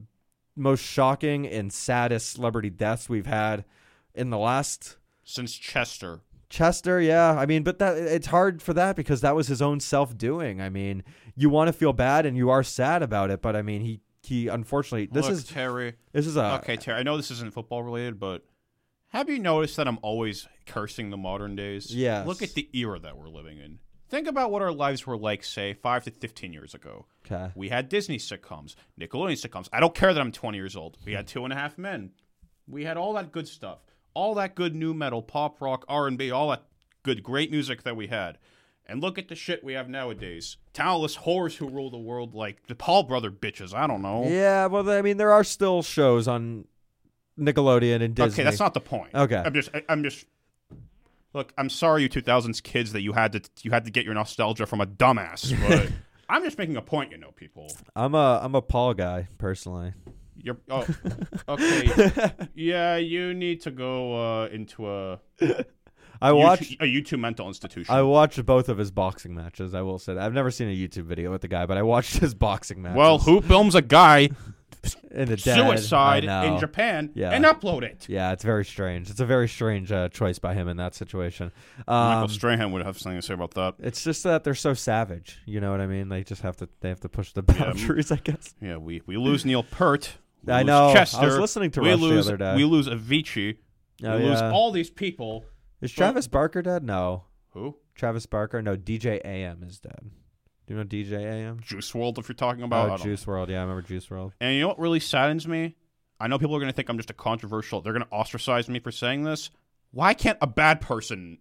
Speaker 2: most shocking and saddest celebrity deaths we've had in the last
Speaker 1: Since Chester.
Speaker 2: Chester, yeah. I mean, but that it's hard for that because that was his own self doing. I mean, you want to feel bad and you are sad about it, but I mean, he he unfortunately this
Speaker 1: Look,
Speaker 2: is Uh,
Speaker 1: Terry.
Speaker 2: this is a
Speaker 1: Okay, Terry. I know this isn't football related, but have you noticed that I'm always cursing the modern days?
Speaker 2: Yes.
Speaker 1: Look at the era that we're living in. Think about what our lives were like, say, five to fifteen years ago.
Speaker 2: okay.
Speaker 1: We had Disney sitcoms, Nickelodeon sitcoms. I don't care that I'm 20 years old. We had Two and a Half Men. We had all that good stuff. all that good new metal, pop rock, R and B, all that good great music that we had. And look at the shit we have nowadays. Talentless whores who rule the world like the Paul brother bitches. I don't know.
Speaker 2: Yeah, well, I mean, there are still shows on Nickelodeon and Disney.
Speaker 1: Okay, that's not the point.
Speaker 2: Okay.
Speaker 1: I'm just I, am just Look, I'm sorry you 2000s kids that you had to you had to get your nostalgia from a dumbass, but I'm just making a point, you know, people.
Speaker 2: I'm a I'm a Paul guy personally.
Speaker 1: You're oh, okay. yeah, you need to go uh, into a
Speaker 2: I watched
Speaker 1: YouTube, a YouTube mental institution.
Speaker 2: I watched both of his boxing matches. I will say that. I've never seen a YouTube video with the guy, but I watched his boxing matches.
Speaker 1: well, who films a guy
Speaker 2: in the dead. I
Speaker 1: suicide
Speaker 2: know.
Speaker 1: in Japan
Speaker 2: Yeah.
Speaker 1: and upload it?
Speaker 2: Yeah, it's very strange. It's a very strange uh, choice by him in that situation. Um,
Speaker 1: Michael Strahan would have something to say about that.
Speaker 2: it's just that they're so savage. You know what I mean? They just have to. They have to push the boundaries. I guess.
Speaker 1: Yeah, we, we lose Neil Peart. We
Speaker 2: I
Speaker 1: lose
Speaker 2: know. I was
Speaker 1: Chester.
Speaker 2: listening to
Speaker 1: we
Speaker 2: Rush the
Speaker 1: lose,
Speaker 2: other day.
Speaker 1: We lose Avicii.
Speaker 2: Oh,
Speaker 1: we lose
Speaker 2: yeah.
Speaker 1: all these people.
Speaker 2: Is Travis Barker dead? No.
Speaker 1: Who?
Speaker 2: Travis Barker. No. DJ AM is dead. Do you know DJ AM?
Speaker 1: Juice World, if you're talking about. I
Speaker 2: Oh,
Speaker 1: don't know.
Speaker 2: Juice World. Yeah, I remember Juice World.
Speaker 1: And you know what really saddens me? I know people are going to think I'm just a controversial. They're going to ostracize me for saying this. Why can't a bad person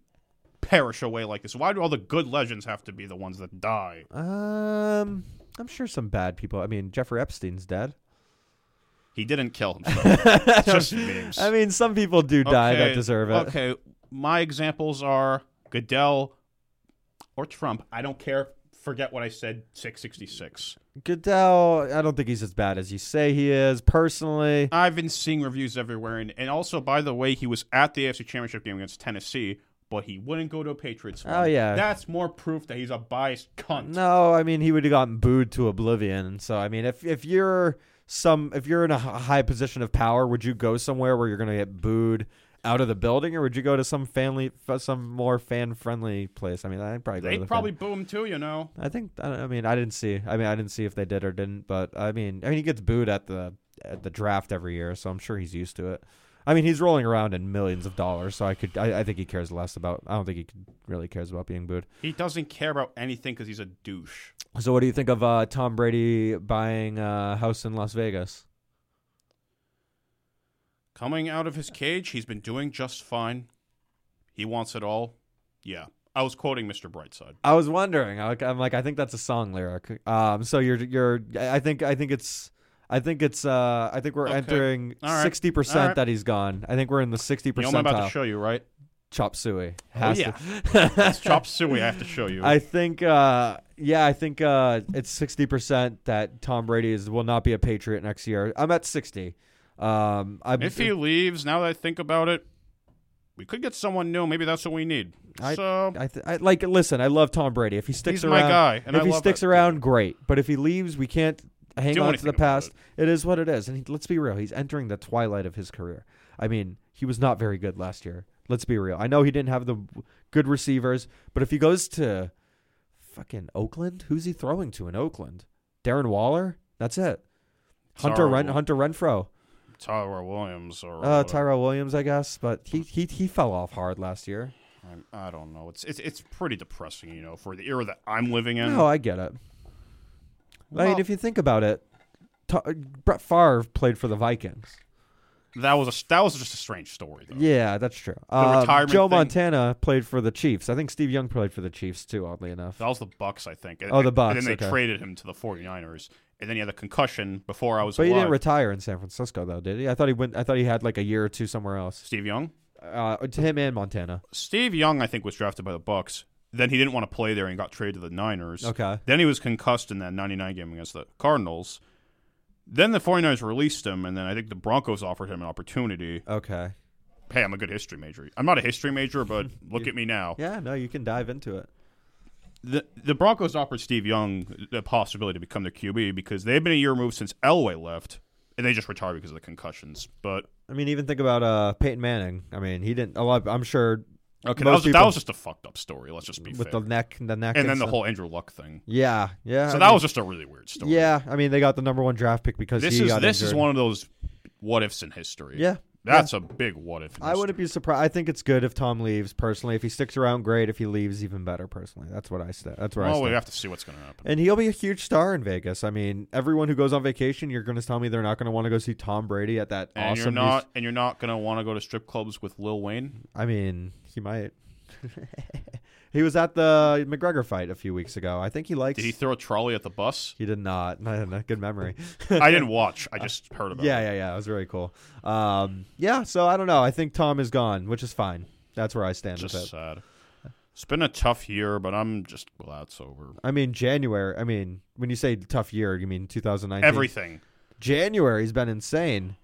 Speaker 1: perish away like this? Why do all the good legends have to be the ones that die?
Speaker 2: Um, I'm sure some bad people. I mean, Jeffrey Epstein's dead.
Speaker 1: He didn't kill himself. It's just memes.
Speaker 2: I mean, some people do die that deserve it.
Speaker 1: Okay, my examples are Goodell or Trump. I don't care. Forget what I said. Six sixty six.
Speaker 2: Goodell, I don't think he's as bad as you say he is. Personally,
Speaker 1: I've been seeing reviews everywhere, and, and also by the way, he was at the AFC Championship game against Tennessee, but he wouldn't go to a Patriots.
Speaker 2: Oh,
Speaker 1: one.
Speaker 2: yeah.
Speaker 1: that's more proof that he's a biased cunt.
Speaker 2: no. I mean, he would have gotten booed to oblivion. So, I mean, if if you're some, if you're in a h- high position of power, would you go somewhere where you're going to get booed out of the building, or would you go to some family, f- some more fan friendly place? I mean, I'd probably go to
Speaker 1: They'd
Speaker 2: the
Speaker 1: probably boo him too, you know.
Speaker 2: I think I don't- I mean I didn't see I mean I didn't see if they did or didn't, but I mean I mean he gets booed at the at the draft every year, so I'm sure he's used to it. I mean he's rolling around in millions of dollars, so I could I, I think he cares less about I don't think he could- really cares about being booed.
Speaker 1: He doesn't care about anything because he's a douche.
Speaker 2: So what do you think of uh, Tom Brady buying uh, a house in Las Vegas?
Speaker 1: Coming out of his cage, he's been doing just fine. He wants it all. Yeah, I was quoting Mr. Brightside.
Speaker 2: I was wondering. I, I'm like I think that's a song lyric. Um, so you're you're I I think I think it's. I think it's. Uh, I think we're
Speaker 1: Okay.
Speaker 2: entering
Speaker 1: All right.
Speaker 2: sixty
Speaker 1: All
Speaker 2: percent
Speaker 1: right.
Speaker 2: that he's gone. I think we're in the sixty
Speaker 1: You know
Speaker 2: percent.
Speaker 1: what I'm about to show you, right?
Speaker 2: Chop Suey.
Speaker 1: Oh,
Speaker 2: Has
Speaker 1: yeah.
Speaker 2: to.
Speaker 1: That's chop suey. I have to show you.
Speaker 2: I think, uh, yeah, I think uh, it's sixty percent that Tom Brady is will not be a Patriot next year. I'm at sixty. Um, I'm,
Speaker 1: if he leaves, now that I think about it, we could get someone new. Maybe that's what we need.
Speaker 2: I-
Speaker 1: so
Speaker 2: I, th- I like listen. I love Tom Brady. If he sticks
Speaker 1: He's
Speaker 2: around,
Speaker 1: my guy, and
Speaker 2: if
Speaker 1: I
Speaker 2: he
Speaker 1: love
Speaker 2: sticks
Speaker 1: it.
Speaker 2: around, great. But if he leaves, we can't hang
Speaker 1: Do
Speaker 2: on to
Speaker 1: anything
Speaker 2: the
Speaker 1: about
Speaker 2: past. it is what it is. And he, let's be real, he's entering the twilight of his career. I mean, he was not very good last year. Let's be real. I know he didn't have the w- good receivers, but if he goes to fucking Oakland, who's he throwing to in Oakland? Darren Waller. That's it. Hunter Ren-
Speaker 1: Horrible.
Speaker 2: Hunter Renfro.
Speaker 1: Tyler Williams or
Speaker 2: Uh,
Speaker 1: whatever.
Speaker 2: Tyrell Williams, I guess, but he, he he fell off hard last year.
Speaker 1: I, I don't know. It's, it's it's pretty depressing, you know, for the era that I'm living in.
Speaker 2: No, I get it. I mean,
Speaker 1: Well-
Speaker 2: if you think about it, Ta- uh, Brett Favre played for the Vikings.
Speaker 1: That was a that was just a strange story. Though.
Speaker 2: Yeah, that's true. Um,
Speaker 1: retirement
Speaker 2: Joe
Speaker 1: thing-
Speaker 2: Montana played for the Chiefs. I think Steve Young played for the Chiefs too. Oddly enough,
Speaker 1: That was the Bucks, I think. And-
Speaker 2: Oh, the Bucks,
Speaker 1: And then they
Speaker 2: okay.
Speaker 1: traded him to the 49ers, and then he had a concussion before I was
Speaker 2: but he
Speaker 1: alive.
Speaker 2: didn't retire in San Francisco though, did he? I thought he went. I thought he had like a year or two somewhere else.
Speaker 1: Steve Young.
Speaker 2: Uh, to him and Montana.
Speaker 1: Steve Young, I think, was drafted by the Bucks. Then he didn't want to play there and got traded to the Niners.
Speaker 2: Okay.
Speaker 1: Then he was concussed in that 99 game against the Cardinals. Then the 49ers released him, and then I think the Broncos offered him an opportunity.
Speaker 2: Okay.
Speaker 1: Hey, I'm a good history major. I'm not a history major, but look at me now.
Speaker 2: Yeah. No, you can dive into it.
Speaker 1: The, the Broncos offered Steve Young the possibility to become the QB because they've been a year removed since Elway left, and they just retired because of the concussions. But
Speaker 2: I mean, even think about uh, Peyton Manning. I mean, he didn't. A lot. I'm sure.
Speaker 1: okay, that
Speaker 2: Most
Speaker 1: was, that
Speaker 2: people-
Speaker 1: was just a fucked up story. Let's just be
Speaker 2: With
Speaker 1: fair.
Speaker 2: the neck, the neck,
Speaker 1: and then the
Speaker 2: stuff.
Speaker 1: whole Andrew Luck thing.
Speaker 2: Yeah. Uh, Yeah.
Speaker 1: So
Speaker 2: I
Speaker 1: that
Speaker 2: mean-
Speaker 1: was just a really weird story.
Speaker 2: Yeah, I mean they got the number one draft pick because
Speaker 1: this
Speaker 2: he
Speaker 1: is
Speaker 2: got
Speaker 1: this
Speaker 2: injured.
Speaker 1: is one of those what ifs in history.
Speaker 2: Yeah,
Speaker 1: That's a big what if. in
Speaker 2: I
Speaker 1: this
Speaker 2: wouldn't be surprised. I think it's good if Tom leaves. Personally, if he sticks around, great. If he leaves, even better. Personally, that's what I st- That's where I
Speaker 1: Oh,
Speaker 2: stand.
Speaker 1: we have to see what's going to happen.
Speaker 2: And he'll be a huge star in Vegas. I mean, everyone who goes on vacation, you're going to tell me they're not going to want to go see Tom Brady at that
Speaker 1: And
Speaker 2: awesome.
Speaker 1: you're
Speaker 2: mus-
Speaker 1: not, and you're not gonna want to go to strip clubs with Lil Wayne.
Speaker 2: I mean, he might. he was at the McGregor fight a few weeks ago. I think he likes.
Speaker 1: Did he throw a trolley at the bus?
Speaker 2: He did not. Good memory.
Speaker 1: I didn't watch. I just heard about.
Speaker 2: yeah,
Speaker 1: it.
Speaker 2: yeah, yeah. It was really cool. Um, yeah. So I don't know. I think Tom is gone, which is fine. That's where I stand with it.
Speaker 1: just sad. It's been a tough year, but I'm just glad it's over.
Speaker 2: I mean, January. I mean, when you say tough year, you mean 2019.
Speaker 1: Everything.
Speaker 2: January's been insane.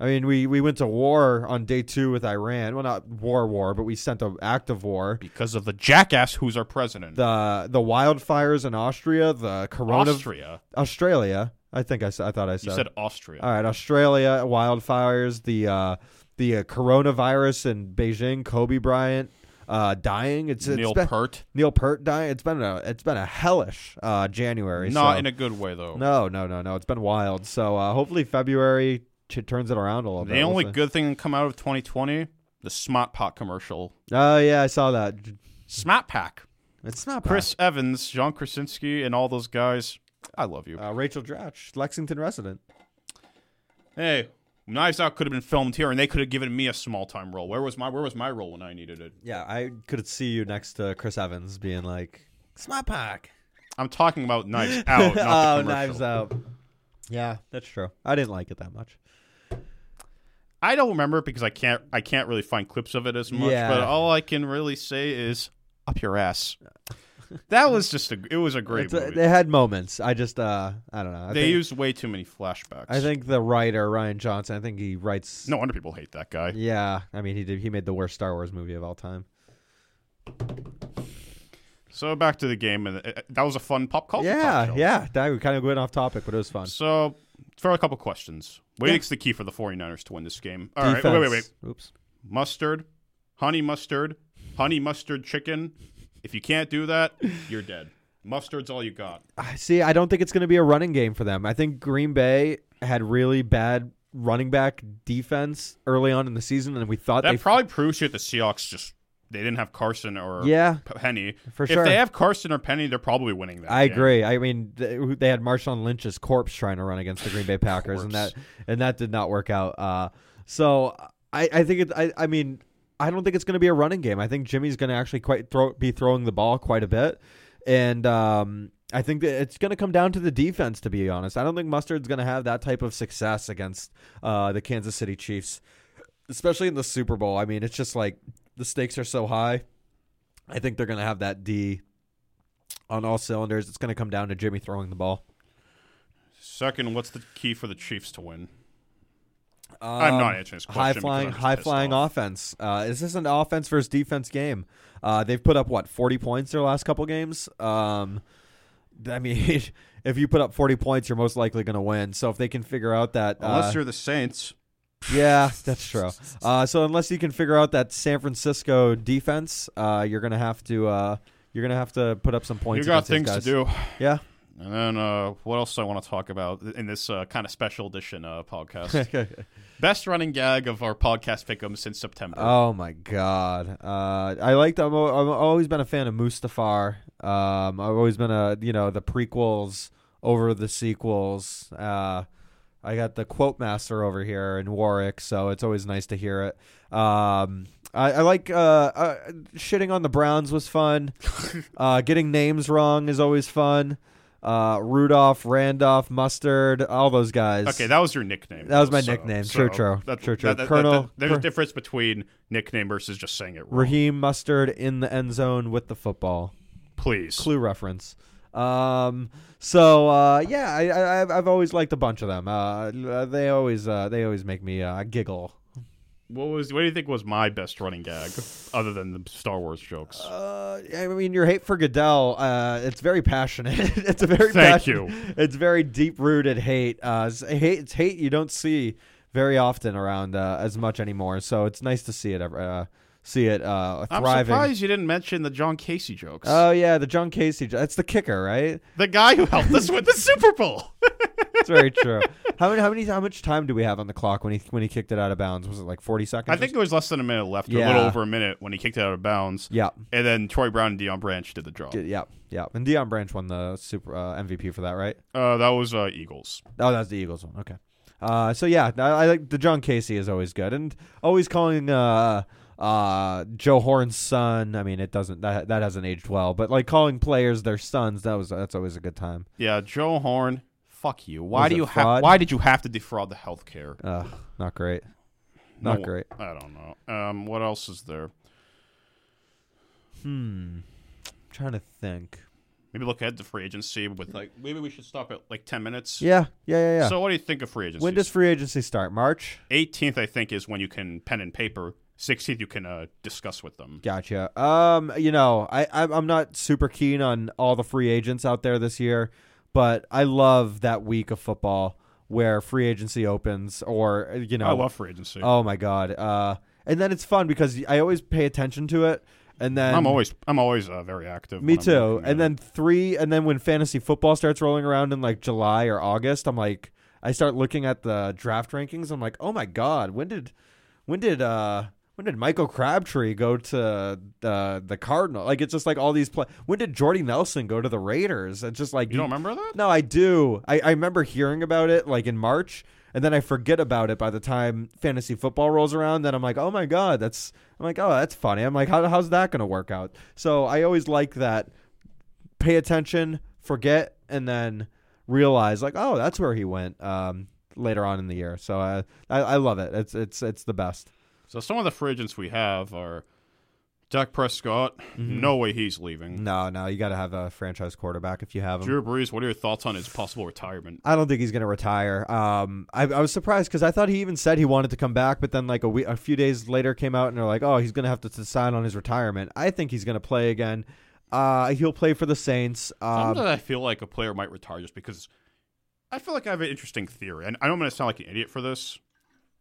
Speaker 2: I mean, we, we went to war on day two with Iran. Well, not war, war, but we sent an act of war.
Speaker 1: because of the jackass who's our president.
Speaker 2: The the wildfires in Austria, the corona,
Speaker 1: Austria.
Speaker 2: Australia. I think I, s- I thought I said.
Speaker 1: You said Austria.
Speaker 2: All right, Australia wildfires, the uh, the uh, coronavirus in Beijing, Kobe Bryant uh, dying. It's, it's
Speaker 1: Neil
Speaker 2: been-
Speaker 1: Peart.
Speaker 2: Neil Pert dying. It's been a it's been a hellish uh, January.
Speaker 1: Not
Speaker 2: so-
Speaker 1: in a good way though.
Speaker 2: No, no, no, no. It's been wild. So uh, hopefully February ch- turns it around a little bit.
Speaker 1: the only good thing to come out of 2020, the Smart Pot commercial.
Speaker 2: Oh yeah, I saw that.
Speaker 1: Smart Pack.
Speaker 2: It's not
Speaker 1: Chris Evans, John Krasinski, and all those guys. I love you.
Speaker 2: bad. Uh, Rachel Dratch, Lexington resident.
Speaker 1: hey, Knives Out could have been filmed here, and they could have given me a small time role. Where was my Where was my role when I needed it?
Speaker 2: Yeah, I could see you next to Chris Evans being like, "Smart pack."
Speaker 1: I'm talking about Knives Out, not
Speaker 2: oh,
Speaker 1: the commercial.
Speaker 2: knives out. Yeah, that's true. I didn't like it that much.
Speaker 1: I don't remember it because I can't. I can't really find clips of it as much.
Speaker 2: Yeah.
Speaker 1: But all I can really say is up your ass. That was just a. It was a great
Speaker 2: It's a-
Speaker 1: movie.
Speaker 2: they had moments. I just, uh, I don't know. I
Speaker 1: they
Speaker 2: think,
Speaker 1: used way too many flashbacks.
Speaker 2: I think the writer Ryan Johnson. I think he writes.
Speaker 1: No wonder people hate that guy.
Speaker 2: Yeah, I mean, he did. He made the worst Star Wars movie of all time.
Speaker 1: So back to the game, and uh, that was a fun pop culture.
Speaker 2: yeah,
Speaker 1: talk show.
Speaker 2: yeah. That we kind of went off topic, but it was fun.
Speaker 1: So for a couple questions, Waiting's the key for the 49ers to win this game. All right,
Speaker 2: Defense.
Speaker 1: wait, wait, wait.
Speaker 2: Oops.
Speaker 1: Mustard, honey mustard, honey mustard chicken. If you can't do that, you're dead. Mustard's all you got.
Speaker 2: I- See, I don't think it's going to be a running game for them. I think Green Bay had really bad running back defense early on in the season, and we thought
Speaker 1: That
Speaker 2: they.
Speaker 1: probably proves to you that the Seahawks just they didn't have Carson or
Speaker 2: yeah,
Speaker 1: P- Penny.
Speaker 2: For
Speaker 1: if
Speaker 2: sure.
Speaker 1: they have Carson or Penny, they're probably winning that.
Speaker 2: I
Speaker 1: game.
Speaker 2: agree. I mean, th- they had Marshawn Lynch's corpse trying to run against the Green Bay Packers, and that
Speaker 1: Corpse.
Speaker 2: and that did not work out. Uh, so I, I think it. I, I mean, I don't think it's going to be a running game. I think Jimmy's going to actually quite throw be throwing the ball quite a bit, and um, I think that it's going to come down to the defense. To be honest, I don't think Mustard's going to have that type of success against uh, the Kansas City Chiefs, especially in the Super Bowl. I mean, it's just like the stakes are so high. I think they're going to have that D on all cylinders. It's going to come down to Jimmy throwing the ball.
Speaker 1: Second, what's the key for the Chiefs to win? I'm not answering this question. because
Speaker 2: Um, High flying,
Speaker 1: I'm just
Speaker 2: high
Speaker 1: pissed
Speaker 2: flying
Speaker 1: off.
Speaker 2: offense. Uh, is this an offense versus defense game? Uh, they've put up what 40 points their last couple games. Um, I mean, if you put up 40 points, you're most likely going to win. So if they can figure out that, uh,
Speaker 1: Unless you're the Saints,
Speaker 2: yeah, that's true. Uh, so unless you can figure out that San Francisco defense, uh, you're going to have to. Uh, you're gonna have to put up some
Speaker 1: you
Speaker 2: points.
Speaker 1: got
Speaker 2: against
Speaker 1: things
Speaker 2: these
Speaker 1: to
Speaker 2: guys.
Speaker 1: do.
Speaker 2: Yeah,
Speaker 1: And then uh, what else I want to talk about in this uh, kind of special edition uh, podcast? Best running gag of our podcast pick'em since September.
Speaker 2: Oh my god! Uh, I liked. I'm, al- I've always been a fan of Mustafar. Um, I've always been a you know the prequels over the sequels. Uh, I got the quote master over here in Warwick, so it's always nice to hear it. Um, I, I like uh, uh, shitting on the Browns was fun. uh, getting names wrong is always fun. Uh, Rudolph, Randolph, Mustard, all those guys.
Speaker 1: okay, that was your nickname.
Speaker 2: That was
Speaker 1: though,
Speaker 2: my
Speaker 1: so-
Speaker 2: nickname.
Speaker 1: so
Speaker 2: True, true.
Speaker 1: that-
Speaker 2: True, true.
Speaker 1: that- that-
Speaker 2: Colonel-
Speaker 1: that- there's a
Speaker 2: Col-
Speaker 1: difference between nickname versus just saying it. Wrong.
Speaker 2: Raheem Mustard in the end zone with the football.
Speaker 1: Please.
Speaker 2: Clue reference. Um. So uh, yeah, I, I I've- I've always liked a bunch of them. Uh, they always uh, they always make me uh, giggle.
Speaker 1: What was? What do you think was my best running gag, other than the Star Wars jokes?
Speaker 2: Uh, I mean, your hate for Goodell, uh, it's very passionate. it's a very
Speaker 1: Thank
Speaker 2: passion- It's very deep rooted hate. Uh, it's hate. It's hate you don't see very often around uh, as much anymore. So it's nice to see it uh, see it uh,
Speaker 1: I'm
Speaker 2: thriving. Uh,
Speaker 1: surprised you didn't mention the John Casey jokes.
Speaker 2: Oh yeah, the John Casey. That's the kicker, right?
Speaker 1: the guy who helped us win the Super Bowl.
Speaker 2: It's very true. How many? How many? How much time do we have on the clock when he when he kicked it out of bounds? Was it like forty seconds?
Speaker 1: I
Speaker 2: or
Speaker 1: think
Speaker 2: something?
Speaker 1: there was less than a minute left, or a little
Speaker 2: Yeah.
Speaker 1: over a minute when he kicked it out of bounds.
Speaker 2: Yeah.
Speaker 1: And then Troy Brown and Dion Branch did the draw.
Speaker 2: Did- Yeah, yeah. And Dion Branch won the Super uh, MVP for that, right?
Speaker 1: Uh, that was uh, Eagles.
Speaker 2: Oh, that's the Eagles one. Okay. Uh, so yeah, I, I like the John Casey is always good, and always calling uh, uh, Joe Horn's son. I mean, it doesn't that that hasn't aged well, but like calling players their sons, that was that's always a good time.
Speaker 1: Yeah, Joe Horn. Fuck you. Why
Speaker 2: Was
Speaker 1: do
Speaker 2: it
Speaker 1: you have?
Speaker 2: fraud?
Speaker 1: Why did you have to defraud the healthcare?
Speaker 2: Uh, not great,
Speaker 1: No,
Speaker 2: not great.
Speaker 1: I don't know. Um, what else is there?
Speaker 2: Hmm. trying to think.
Speaker 1: Maybe look ahead to free agency with like maybe we should stop at like ten minutes.
Speaker 2: Yeah, yeah, yeah, yeah.
Speaker 1: So what do you think of free agency?
Speaker 2: when does free agency start? March.
Speaker 1: 18th, I think, is when you can pen and paper. 16th, you can uh, discuss with them.
Speaker 2: Gotcha. Um, you know, I I'm I'm not super keen on all the free agents out there this year, but I love that week of football where free agency opens, or you know,
Speaker 1: I love free agency.
Speaker 2: oh my god. Uh, and then it's fun because I always pay attention to it, and then
Speaker 1: I'm always I'm always uh, very active.
Speaker 2: me
Speaker 1: when I'm
Speaker 2: too.
Speaker 1: looking at
Speaker 2: And then three, and then when fantasy football starts rolling around in like July or August, I'm like, I start looking at the draft rankings. I'm like, oh my god, when did, when did, uh, when did Michael Crabtree go to the the Cardinal? Like it's just like all these play. When did Jordy Nelson go to the Raiders? It's just like
Speaker 1: it. you don't remember that?
Speaker 2: no, I do. I, I remember hearing about it like in March, and then I forget about it by the time fantasy football rolls around. Then I'm like, oh my god, that's. I'm like, oh, that's funny. I'm like, how, how's that going to work out? So I always like that. Pay attention, forget, and then realize like, oh, that's where he went um, later on in the year. So uh, I, I love it. It's it's it's the best.
Speaker 1: So some of the free agents we have are Dak Prescott.
Speaker 2: Mm-hmm.
Speaker 1: No way he's leaving.
Speaker 2: No, no, you got to have a franchise quarterback if you have him.
Speaker 1: Drew Brees. What are your thoughts on his possible retirement?
Speaker 2: I don't think he's going to retire. Um, I, I was surprised because I thought he even said he wanted to come back, but then like a week, a few days later came out and they're like, oh, he's going to have to decide on his retirement. I think he's going to play again. Uh, he'll play for the Saints. Um,
Speaker 1: Sometimes I feel like a player might retire just because I feel like I have an interesting theory, and I don't want to sound like an idiot for this.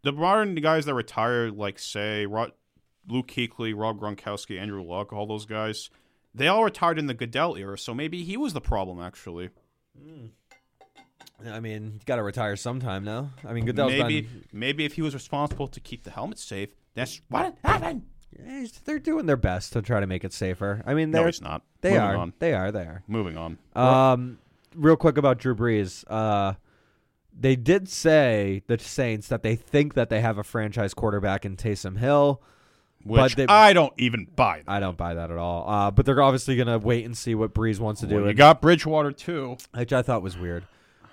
Speaker 1: The modern guys that retire, like say Rod, Luke Kuechly, Rob Gronkowski, Andrew Luck, all those guys, they all retired in the Goodell era, so maybe he was the problem actually.
Speaker 2: I mean, you got to retire sometime now. I mean, Goodell's
Speaker 1: maybe
Speaker 2: been-
Speaker 1: maybe if he was responsible to keep the helmet safe, that's what happened.
Speaker 2: Eh, they're doing their best to try to make it safer. I mean,
Speaker 1: No,
Speaker 2: they're
Speaker 1: he's not.
Speaker 2: they
Speaker 1: Moving
Speaker 2: are
Speaker 1: on.
Speaker 2: they are they are.
Speaker 1: Moving on.
Speaker 2: Um, real quick about Drew Brees. Uh, they did say the Saints that they think that they have a franchise quarterback in Taysom Hill.
Speaker 1: Which
Speaker 2: they-
Speaker 1: I don't even buy. That.
Speaker 2: I don't buy that at all. Uh, but they're obviously going to wait and see what Breeze wants to do,
Speaker 1: you
Speaker 2: and-
Speaker 1: got Bridgewater too.
Speaker 2: which I thought was weird.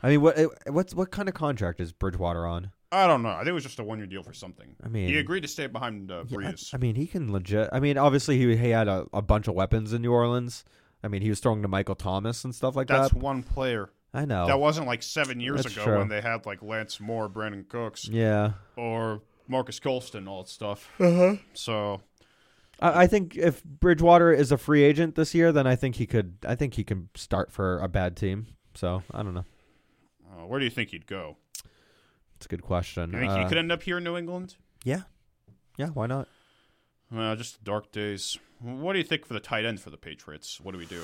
Speaker 2: I mean, what eh, what's what kind of contract is Bridgewater on?
Speaker 1: I don't know. I think it was just a one year deal for something.
Speaker 2: I mean-
Speaker 1: he agreed to stay behind uh,
Speaker 2: Yeah, I-
Speaker 1: Breeze.
Speaker 2: I, mean, he can legit. I mean, obviously he he had a, a bunch of weapons in New Orleans. I mean, he was throwing to Michael Thomas and stuff like
Speaker 1: That's
Speaker 2: that.
Speaker 1: one player.
Speaker 2: I know.
Speaker 1: That wasn't like seven years
Speaker 2: Oh. That's
Speaker 1: ago
Speaker 2: true.
Speaker 1: when they had like Lance Moore, Brandon Cooks,
Speaker 2: yeah,
Speaker 1: or Marcus Colston, all that stuff. So
Speaker 2: I, I think if Bridgewater is a free agent this year, then I think he could. I think he can start for a bad team. So I don't know.
Speaker 1: uh, where do you think he'd go?
Speaker 2: It's a good question.
Speaker 1: You think he
Speaker 2: Uh,
Speaker 1: could end up here in New England?
Speaker 2: yeah, yeah. Why not?
Speaker 1: Uh, just dark days. What do you think for the tight end for the Patriots? What do we do?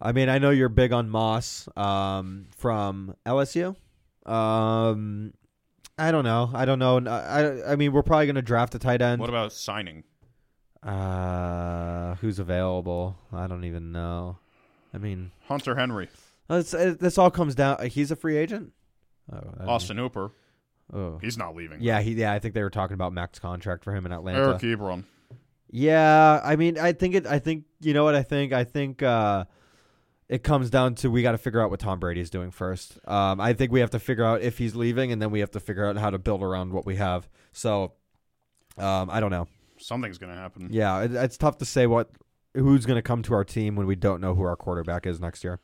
Speaker 2: I mean, I know you're big on Moss um, from LSU. Um, I don't know. I don't know. I, I- I mean, we're probably going to draft a tight end.
Speaker 1: What about signing?
Speaker 2: uh, who's available? I don't even know. I mean,
Speaker 1: Hunter Henry,
Speaker 2: it's, it, this all comes down. uh, He's a free agent. Oh, I don't-
Speaker 1: Austin Hooper.
Speaker 2: Oh.
Speaker 1: He's not leaving.
Speaker 2: Yeah, he, yeah. I think they were talking about max contract for him in Atlanta.
Speaker 1: Eric Ebron.
Speaker 2: Yeah, I mean, I think it. I think you know what I think. I think uh, it comes down to we got to figure out what Tom Brady is doing first. Um, I think we have to figure out if he's leaving, and then we have to figure out how to build around what we have. So, um, I don't know.
Speaker 1: Something's gonna happen.
Speaker 2: Yeah, it, it's tough to say what who's going to come to our team when we don't know who our quarterback is next year.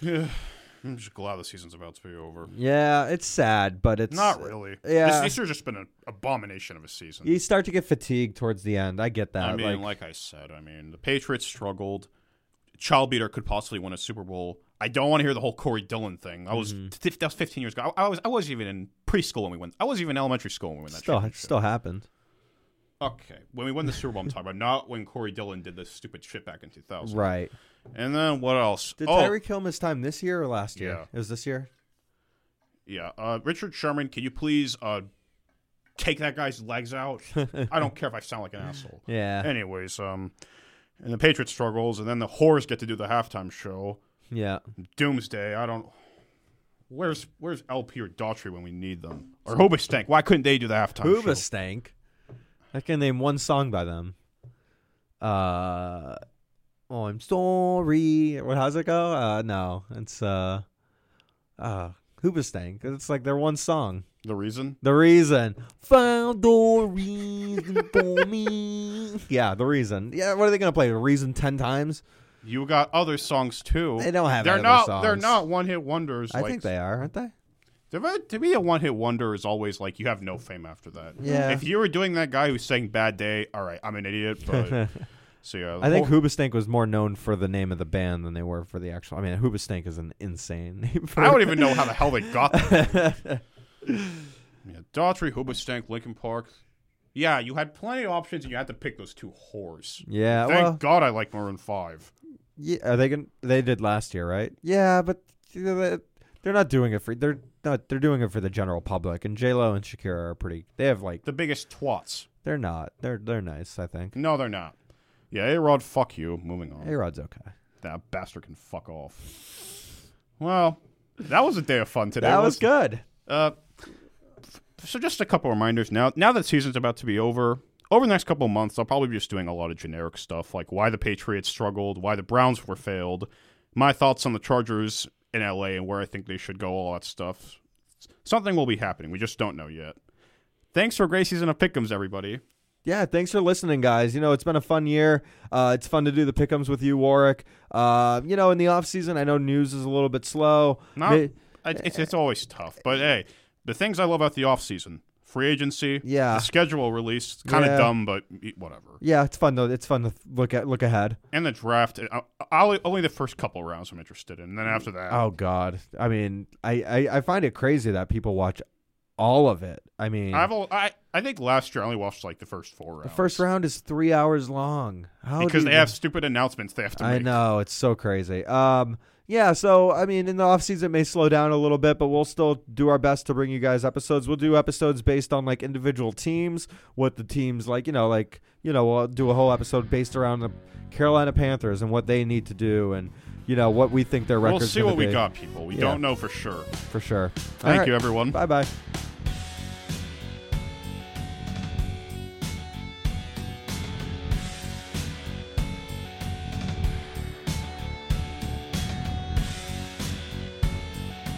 Speaker 1: Yeah. I'm just glad the season's about to be over.
Speaker 2: Yeah, it's sad, but it's
Speaker 1: Not really.
Speaker 2: yeah.
Speaker 1: This, this year's just been an abomination of a season.
Speaker 2: You start to get fatigued towards the end. I get that.
Speaker 1: I mean,
Speaker 2: like,
Speaker 1: like, I said, I mean, the Patriots struggled. Child beater could possibly win a Super Bowl. I don't want to hear the whole Corey Dillon thing. I
Speaker 2: Mm-hmm.
Speaker 1: was fif- that was 15 years ago. I, I was I was even in preschool when we went. I was even in elementary school when we won that.
Speaker 2: still,
Speaker 1: championship.
Speaker 2: still happened.
Speaker 1: Okay, when we won the Super Bowl, I'm talking about not when Corey Dillon did this stupid shit back in 2000.
Speaker 2: Right.
Speaker 1: And then what else?
Speaker 2: Did
Speaker 1: oh,
Speaker 2: Tyreek Hill miss time this year or last year?
Speaker 1: Yeah.
Speaker 2: It was this year.
Speaker 1: Yeah. Uh, Richard Sherman, can you please uh, take that guy's legs out? I don't care if I sound like an asshole.
Speaker 2: Yeah.
Speaker 1: Anyways, um, and the Patriots struggles, and then the whores get to do the halftime show.
Speaker 2: Yeah.
Speaker 1: Doomsday. I don't. Where's Where's LP or Daughtry when we need them? Or Hoobastank? Why couldn't they do the halftime
Speaker 2: Hooba
Speaker 1: show?
Speaker 2: Stank. I can name one song by them. Uh, oh, I'm sorry. What how's it go? Uh, no, it's uh, uh, Hoobastank. It's like their one song.
Speaker 1: The reason?
Speaker 2: The reason. Found the reason for me. Yeah, the reason. Yeah, what are they gonna play? The reason ten times?
Speaker 1: You got other songs too.
Speaker 2: They don't have
Speaker 1: They're
Speaker 2: other
Speaker 1: not.
Speaker 2: songs.
Speaker 1: They're not one hit wonders.
Speaker 2: I
Speaker 1: like,
Speaker 2: think they are, aren't they?
Speaker 1: To to be a one hit wonder is always like you have no fame after that.
Speaker 2: Yeah.
Speaker 1: If you were doing that guy who sang "Bad Day," all right, I'm an idiot. But so yeah,
Speaker 2: I think
Speaker 1: Ho-
Speaker 2: Hoobastank was more known for the name of the band than they were for the actual. I mean, Hoobastank is an insane name. For
Speaker 1: I don't even know how the hell they got that. yeah, Daughtry, Hoobastank, Lincoln Park. Yeah, you had plenty of options, and you had to pick those two whores.
Speaker 2: Yeah,
Speaker 1: Thank
Speaker 2: well,
Speaker 1: God I like Maroon Five.
Speaker 2: yeah, are they going They did last year, right? Yeah, but you know, that- they're not doing it for. They're not. They're doing it for the general public. And J Lo and Shakira are pretty. They have like.
Speaker 1: The biggest twats.
Speaker 2: They're not. They're they're nice. I think.
Speaker 1: No, they're not. Yeah, A Rod, fuck you. Moving on.
Speaker 2: A Rod's okay.
Speaker 1: That bastard can fuck off. Well, that was a day of fun today.
Speaker 2: That was
Speaker 1: wasn't it?
Speaker 2: good.
Speaker 1: Uh, so just a couple reminders now. Now that season's about to be over, over the next couple of months, I'll probably be just doing a lot of generic stuff like why the Patriots struggled, why the Browns were failed, my thoughts on the Chargers in LA and where I think they should go, all that stuff. Something will be happening. We just don't know yet. Thanks for a great season of Pick'ems, everybody.
Speaker 2: Yeah, thanks for listening, guys. You know, it's been a fun year. Uh, it's fun to do the pickums with you, Warwick. Uh, you know, in the off season, I know news is a little bit slow.
Speaker 1: Not,
Speaker 2: May-
Speaker 1: I- it's, it's always tough, but hey, the things I love about the offseason free agency,
Speaker 2: Yeah.
Speaker 1: the schedule release, kind of
Speaker 2: Yeah.
Speaker 1: dumb, but whatever.
Speaker 2: yeah, it's fun though. It's fun to look at look ahead.
Speaker 1: and the draft. I, I, only the first couple rounds I'm interested in. And then after that,
Speaker 2: Oh God! I mean, I, I I find it crazy that people watch all of it. I mean,
Speaker 1: I've al- I I think last year I only watched like the first four rounds.
Speaker 2: the first round is three hours long. How do
Speaker 1: because
Speaker 2: you-
Speaker 1: they have stupid announcements they have to
Speaker 2: I
Speaker 1: make.
Speaker 2: know it's so crazy. Um, yeah. So I mean, in the off season, it may slow down a little bit, but we'll still do our best to bring you guys episodes. We'll do episodes based on like individual teams, what the teams like. You know, like you know, we'll do a whole episode based around the Carolina Panthers and what they need to do, and you know what we think their
Speaker 1: We'll
Speaker 2: records.
Speaker 1: see what we got, people. We
Speaker 2: Yeah.
Speaker 1: don't know for sure.
Speaker 2: for sure.
Speaker 1: Thank you, everyone.
Speaker 2: Bye bye.